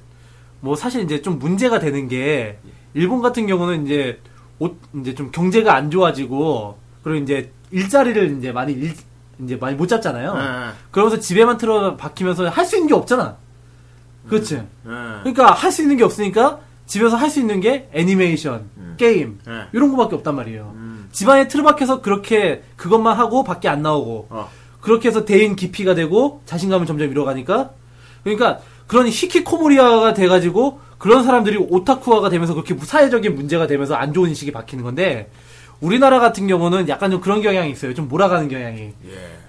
E: 뭐 사실 이제 좀 문제가 되는 게 일본 같은 경우는 이제 옷 이제 좀 경제가 안 좋아지고 그리고 이제 일자리를 이제 많이 일 이제 많이 못 잡잖아요.
B: 예.
E: 그러면서 집에만 틀어 박히면서 할 수 있는 게 없잖아. 그렇지.
B: 예.
E: 그러니까 할 수 있는 게 없으니까 집에서 할 수 있는 게 애니메이션, 게임
B: 네. 음.
E: 이런 거밖에 없단 말이에요. 집안에 틀어박혀서 그렇게 그것만 하고 밖에 안 나오고
B: 어.
E: 그렇게 해서 대인 기피가 되고 자신감을 점점 잃어가니까 그러니까 그런 히키코모리아가 돼가지고 그런 사람들이 오타쿠화가 되면서 그렇게 사회적인 문제가 되면서 안 좋은 인식이 박히는 건데 우리나라 같은 경우는 약간 좀 그런 경향이 있어요. 좀 몰아가는 경향이.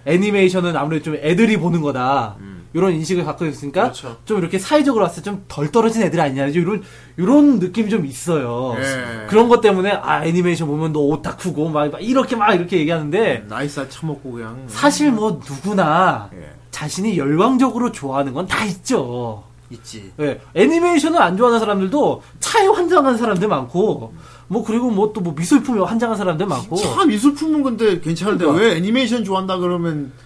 E: 애니메이션은 아무래도 좀 애들이 보는 거다.
B: 음.
E: 이런 인식을 갖고 있으니까
B: 그렇죠.
E: 좀 이렇게 사회적으로 왔을 때 좀 덜 떨어진 애들 아니냐. 이런 이런 느낌이 좀 있어요.
B: 예.
E: 그런 것 때문에 아 애니메이션 보면 너 오타쿠고 막, 막 이렇게 막 이렇게 얘기하는데
B: 나이스 처먹고 그냥.
E: 사실 뭐 누구나
B: 음. 예.
E: 자신이 열광적으로 좋아하는 건 다 있죠.
B: 있지.
E: 예, 애니메이션을 안 좋아하는 사람들도 차에 환장한 사람들 많고 뭐 그리고 뭐 또 뭐 미술품에 환장한 사람들 많고
B: 참 이슬 품은 건데 괜찮은데 왜 애니메이션 좋아한다 그러면 그러니까.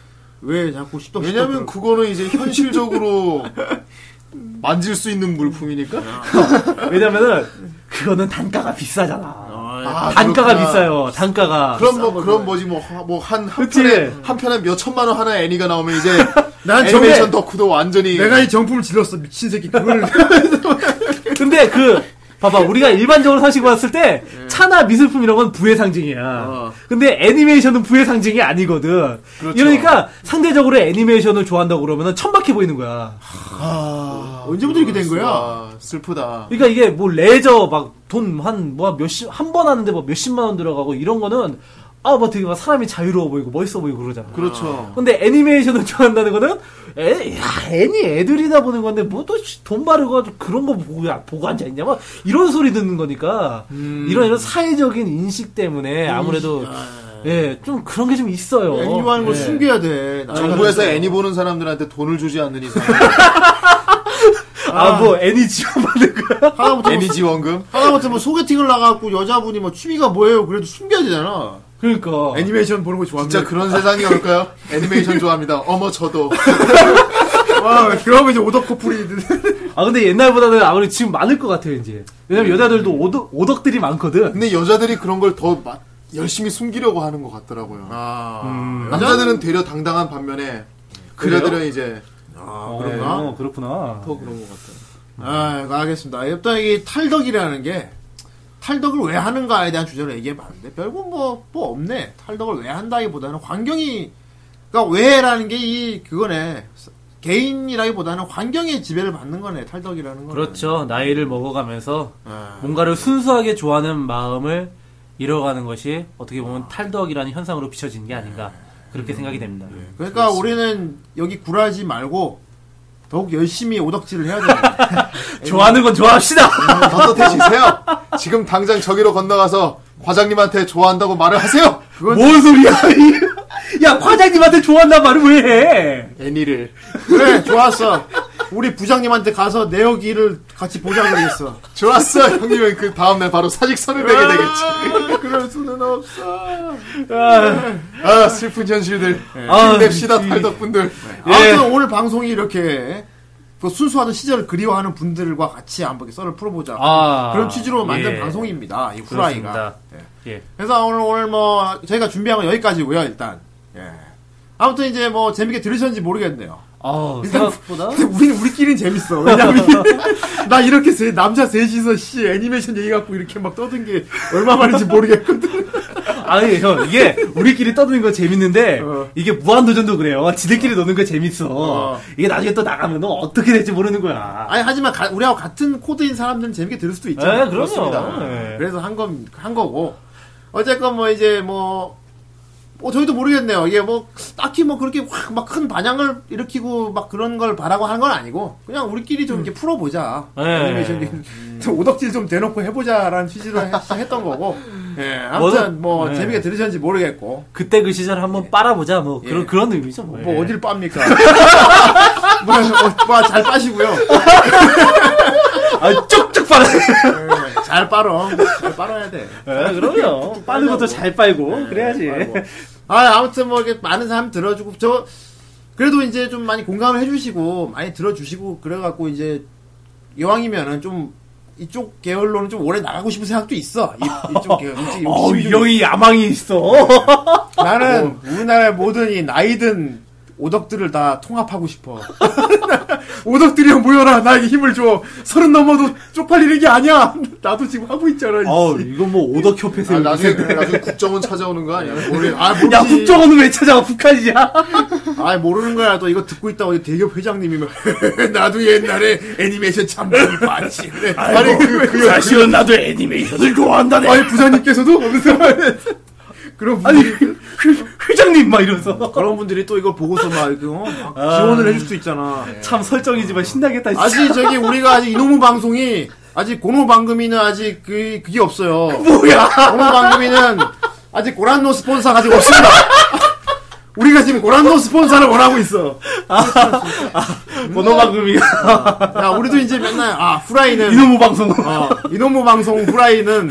B: 왜 자꾸 십덕
C: 왜냐면 그거는 이제
E: *laughs*
C: 현실적으로 만질 수 있는 물품이니까
E: 아, 왜냐면은 그거는 단가가 비싸잖아.
B: 어.
C: 아,
E: 네. 단가가
C: 그렇구나.
E: 비싸요.
B: 아,
E: 단가가.
C: 그럼 뭐 그런 뭐지 뭐 뭐한한
E: 그치?
C: 편에 한 편에 몇 천만 원 하나 애니가 나오면 이제
B: *laughs* 난 저게-
C: 애니메이션 덕후도 완전히
B: 내가 이 정품을 질렀어 미친 새끼 그걸
E: 근데 그 봐봐 우리가 일반적으로 사실 봤을 때
C: 예.
E: 차나 미술품 이런 건 부의 상징이야.
C: 어.
E: 근데 애니메이션은 부의 상징이 아니거든.
C: 그렇죠.
E: 이러니까 상대적으로 애니메이션을 좋아한다고 그러면은 천박해 보이는 거야.
B: *laughs* 언제부터 이렇게 된 거야?
C: 아, 슬프다.
E: 그러니까 이게 뭐 레저 막 돈 한 뭐 몇십 한 번 하는데 뭐 몇십만 원 들어가고 이런 거는 아 뭐 되게 막 사람이 자유로워 보이고 멋있어 보이고 그러잖아.
C: 그렇죠.
E: 근데 애니메이션을 좋아한다는 거는 애, 야, 애니 애들이나 보는 건데 뭐또돈 바르고 그런 거 보고 보고 앉아 있냐 막 이런 소리 듣는 거니까
B: 음.
E: 이런 이런 사회적인 인식 때문에 아무래도 예 좀 그런 게 좀 있어요.
B: 애니 좋아하는 걸
E: 예.
B: 숨겨야 돼. 나이가
C: 정부에서
B: 들어서.
C: 애니 보는 사람들한테 돈을 주지 않는 이상
E: 아 뭐 애니 지원받는 거야?
B: *laughs*
E: *laughs*
B: 하다못해 뭐,
C: 애니 지원금
B: 하다못해 뭐 소개팅을 나가고 여자분이 뭐 취미가 뭐예요? 그래도 숨겨야 되잖아.
E: 그러니까.
B: 애니메이션 보는 거 좋아합니다.
G: 진짜 그런 세상이 올까요? 애니메이션 좋아합니다. 어머 저도.
B: 와, 아, 그러면 이제 오덕코풀이
E: 아 근데 옛날보다는 아무래도 지금 많을 것 같아요 이제.
B: 음.
E: 왜냐면 여자들도 오덕 오덕들이 많거든.
G: 근데 여자들이 그런 걸 더 열심히 숨기려고 하는 것 같더라고요.
B: 아,
C: 음.
G: 남자들은 되려 당당한 반면에
E: 그래요?
G: 그녀들은 이제
B: 아 그런가?
E: 어, 그렇구나.
G: 더 그런 것 같아요.
B: 아, 이거 알겠습니다. 일단 이 탈덕이라는 게 탈덕을 왜 하는가에 대한 주제를 얘기해봤는데 결국 뭐, 뭐 없네. 탈덕을 왜 한다기보다는 환경이 그러니까 왜라는 게 이 그거네. 개인이라기보다는 환경의 지배를 받는 거네. 탈덕이라는 거.
E: 그렇죠. 나이를 먹어가면서
B: 아,
E: 뭔가를 순수하게 좋아하는 마음을 잃어가는 것이 어떻게 보면 탈덕이라는 현상으로 비춰지는 게 아닌가 그렇게 생각이 됩니다.
B: *laughs* 그러니까 우리는 여기 굴하지 말고 더욱 열심히 오덕질을 해야 됩니다.
E: 예, 좋아하는 건 좋아합시다.
G: 떳떳해지세요. 지금 당장 저기로 건너가서 과장님한테 좋아한다고 말을 하세요.
E: 뭔 소리야? 야 과장님한테 좋아한다 말을 왜 해?
G: 애니를
B: 그래, 좋았어. 우리 부장님한테 가서 내 여기를 같이 보자 그러겠어.
G: 좋았어 형님은 그 다음날 바로 사직서를 내게 되겠지.
B: 아, 그럴 수는 없어. 네.
G: 아 슬픈 현실들.
E: 아,
G: 힘냅시다 탈덕분들.
E: 예.
B: 아무튼 오늘 방송이 이렇게 그 순수하던 시절을 그리워하는 분들과 같이 한번 썰을 풀어보자.
E: 아,
B: 그런 취지로 만든
E: 예.
B: 방송입니다. 이
E: 그렇습니다.
B: 후라이가.
E: 예.
B: 그래서 오늘 오늘 뭐 저희가 준비한 건 여기까지고요. 일단. 예. 아무튼 이제 뭐 재밌게 들으셨는지 모르겠네요.
E: 아 생각보다
B: 근데 우리는 우리끼리는 재밌어. 왜냐면 *laughs* 나 이렇게 세- 남자 셋이서 씨 애니메이션 얘기 갖고 이렇게 막 떠든 게 얼마 만인지 모르겠거든.
E: 아니 예, 형 이게 우리끼리 떠드는 건 재밌는데
B: 어.
E: 이게 무한도전도 그래요. 지들끼리 노는 거 재밌어.
B: 어.
E: 이게 나중에 또 나가면 너 어떻게 될지 모르는 거야.
B: 아니 하지만 가- 우리하고 같은 코드인 사람들은 재밌게 들을 수도
E: 예,
B: 있잖아요.
E: 그럼요. 예.
B: 그래서 한건한 거고 어쨌건 뭐 이제 뭐 뭐 저희도 모르겠네요. 이게 뭐 딱히 뭐 그렇게 확 막 큰 반향을 일으키고 막 그런 걸 바라고 하는 건 아니고 그냥 우리끼리
E: 음.
B: 좀 이렇게 풀어보자.
E: 예.
B: 애니메이션
E: 음.
B: 얘기- 좀 오덕질 좀 대놓고 해보자라는 취지로 해- 했던 거고. 예,
E: 뭐든-
B: 아무튼 뭐
E: 예.
B: 재밌게 들으셨는지 모르겠고
E: 그때 그 시절 한번 빨아보자 뭐 그런
B: 예.
E: 그런 의미죠 뭐.
B: 뭐 어딜
E: *laughs*
B: 빱니까? 뭐잘 빠시고요.
E: 아 쪽쪽 빨아.
B: 예, 잘 빨어, 잘 빨아야 네, 돼.
E: 예, 그럼요. 빠는 것도 잘 빨고 그래야지.
B: 아이고. 아, 아무튼 뭐 이렇게 많은 사람 들어주고 저 그래도 이제 좀 많이 공감을 해주시고 많이 들어주시고 그래갖고 이제 이왕이면은 좀 이쪽 계열로는 좀 오래 나가고 싶은 생각도 있어. 이, 쪽 계열. 이쪽
E: *laughs* 어우 어.
B: 욕심이
E: 이
B: 좀
E: 형이 야망이 있어.
B: 나는 우리나라의 모든 이 나이든 오덕들을 다 통합하고 싶어. *laughs* 오덕들이여 모여라. 나에게 힘을 줘. 서른 넘어도 쪽팔리는 게 아니야. *laughs* 나도 지금 하고 있잖아. 이
E: 어우
B: 씨.
E: 이건 뭐 오덕 협회
G: 아,
E: 세우.
B: 네.
G: 나중에 나중에 국정원 찾아오는 거 아니야? 뭐,
B: 우리 아
E: 야
B: 모르지.
E: 국정원은 왜 찾아가 북한이야?
B: 아 모르는 거야 또 이거 듣고 있다고 대기업 회장님이 막 *laughs* 나도 옛날에 애니메이션 참 많이 봤지 그래. 아니 그, 그
E: 사실은 나도 애니메이션을 좋아한다네. 아니 부장님께서도
B: 그런
E: 아니
B: 분들이
E: 회, 장님막 이러면서 아.
B: 그런 분들이 또 이걸 보고서 막, 이렇게, 어? 막 지원을 해줄 수 있잖아
E: 네. 참 설정이지만 신나겠다. 진짜.
B: 아직 저기 우리가 아직 이놈의 방송이 아직 고노 방금이는 아직 그 그게 없어요
E: 뭐야?
B: 고노 방금이는 아직 고란노 스폰서가 아직 없습니다 우리가 지금 고란노 스폰서를 원하고 있어 음. 네.
E: 번호방금이야.
B: 야 우리도 이제 맨날 아 후라이는
E: 이놈의 방송.
B: 어, 이놈의 방송 후라이는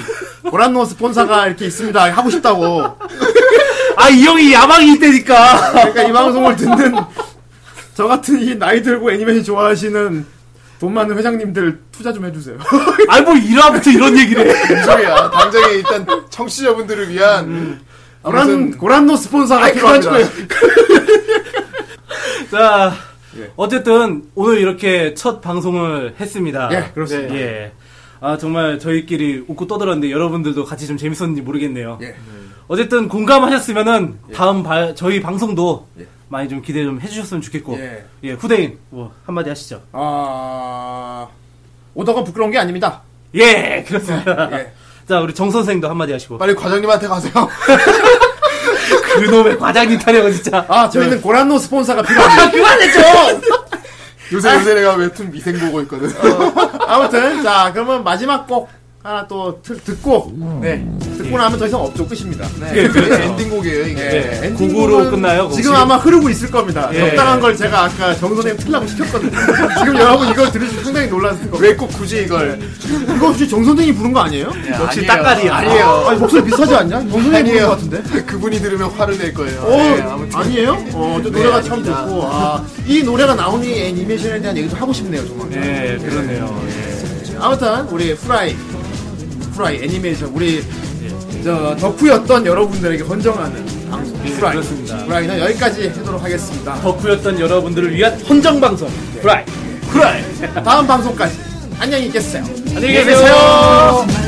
B: 고란노 스폰서가 이렇게 있습니다. 하고 싶다고.
E: 아, 이 형이
B: *laughs*
E: 야망이 있다니까.
B: 그러니까 이 방송을 듣는 저 같은 이 나이 들고 애니메이션 좋아하시는 돈 많은 회장님들 투자 좀
E: *laughs*
B: 해주세요.
E: 아니, 뭐, 1화부터 이런 얘기를 해.
G: 소리야. 당장에 일단 청취자분들을 위한
B: 음. 고란, 고란노 스폰서가 필요합니다.
E: 자,
B: 예.
E: 어쨌든, 오늘 이렇게 첫 방송을 했습니다.
B: 예, 그렇습니다.
E: 예. 아, 정말 저희끼리 웃고 떠들었는데, 여러분들도 같이 좀 재밌었는지 모르겠네요.
B: 예.
E: 어쨌든, 공감하셨으면은, 다음 바- 저희 방송도 많이 좀 기대 좀 해주셨으면 좋겠고,
B: 예.
E: 예, 후대인, 뭐, 한마디 하시죠.
B: 아, 오덕은 부끄러운 게 아닙니다.
E: 예, 그렇습니다.
B: 예.
E: *laughs* 자, 우리 정선생도 한마디 하시고.
G: 빨리 과장님한테
B: *laughs*
G: 가세요.
E: 그놈의 과장님 타령은 진짜.
B: 아, 저희는 고란노
E: *laughs*
B: 스폰서가 필요합니다. *laughs*
G: 요새 요새 내가 웹툰 미생 보고
B: 어,
G: 있거든.
E: 음.
B: 아무튼, 자, 그러면 마지막 곡 하나 또 틀- 듣고, 네. 듣고 나면 더 이상 없죠. 끝입니다.
G: 네, 그게
E: 그렇죠.
G: 엔딩곡이에요 이게.
B: 그렇죠. 네.
E: 예. 곡으로 예. 끝나요.
B: 지금
E: 곡으로.
B: 아마 흐르고 있을 겁니다.
E: 예.
B: 적당한 걸 제가 아까 정선생님 틀라고 시켰거든요. 지금 여러분 이걸 들으시면 상당히 놀랐을 겁니다.
G: 왜 꼭 굳이 이걸?
B: 이거 혹시 정선생이 부른 거 아니에요?
E: 역시
G: 아니에요.
E: 딱가리야.
G: 아니에요.
B: 아니, 목소리 비슷하지 않냐? 정선생이 부른 거 같은데?
G: 그분이 들으면 화를 낼 거예요. 네,
B: 어,
E: 네,
B: 아니에요? 어, 저 노래가 참 좋고, 아, 이 노래가 나오니 애니메이션에 대한 얘기도 하고 싶네요, 정말.
E: 예, 그러네요. 예.
B: 아무튼 우리 프라이 프라이 애니메이션 우리 저 덕후였던 여러분들에게 헌정하는 방송
E: 예,
B: 프라이
E: 그렇습니다.
B: 프라이는 여기까지 해도록 하겠습니다.
E: 덕후였던 여러분들을 위한 헌정 방송. 브라이.
B: 프라이 다음 방송까지 안녕히 계세요.
E: 안녕히 계세요.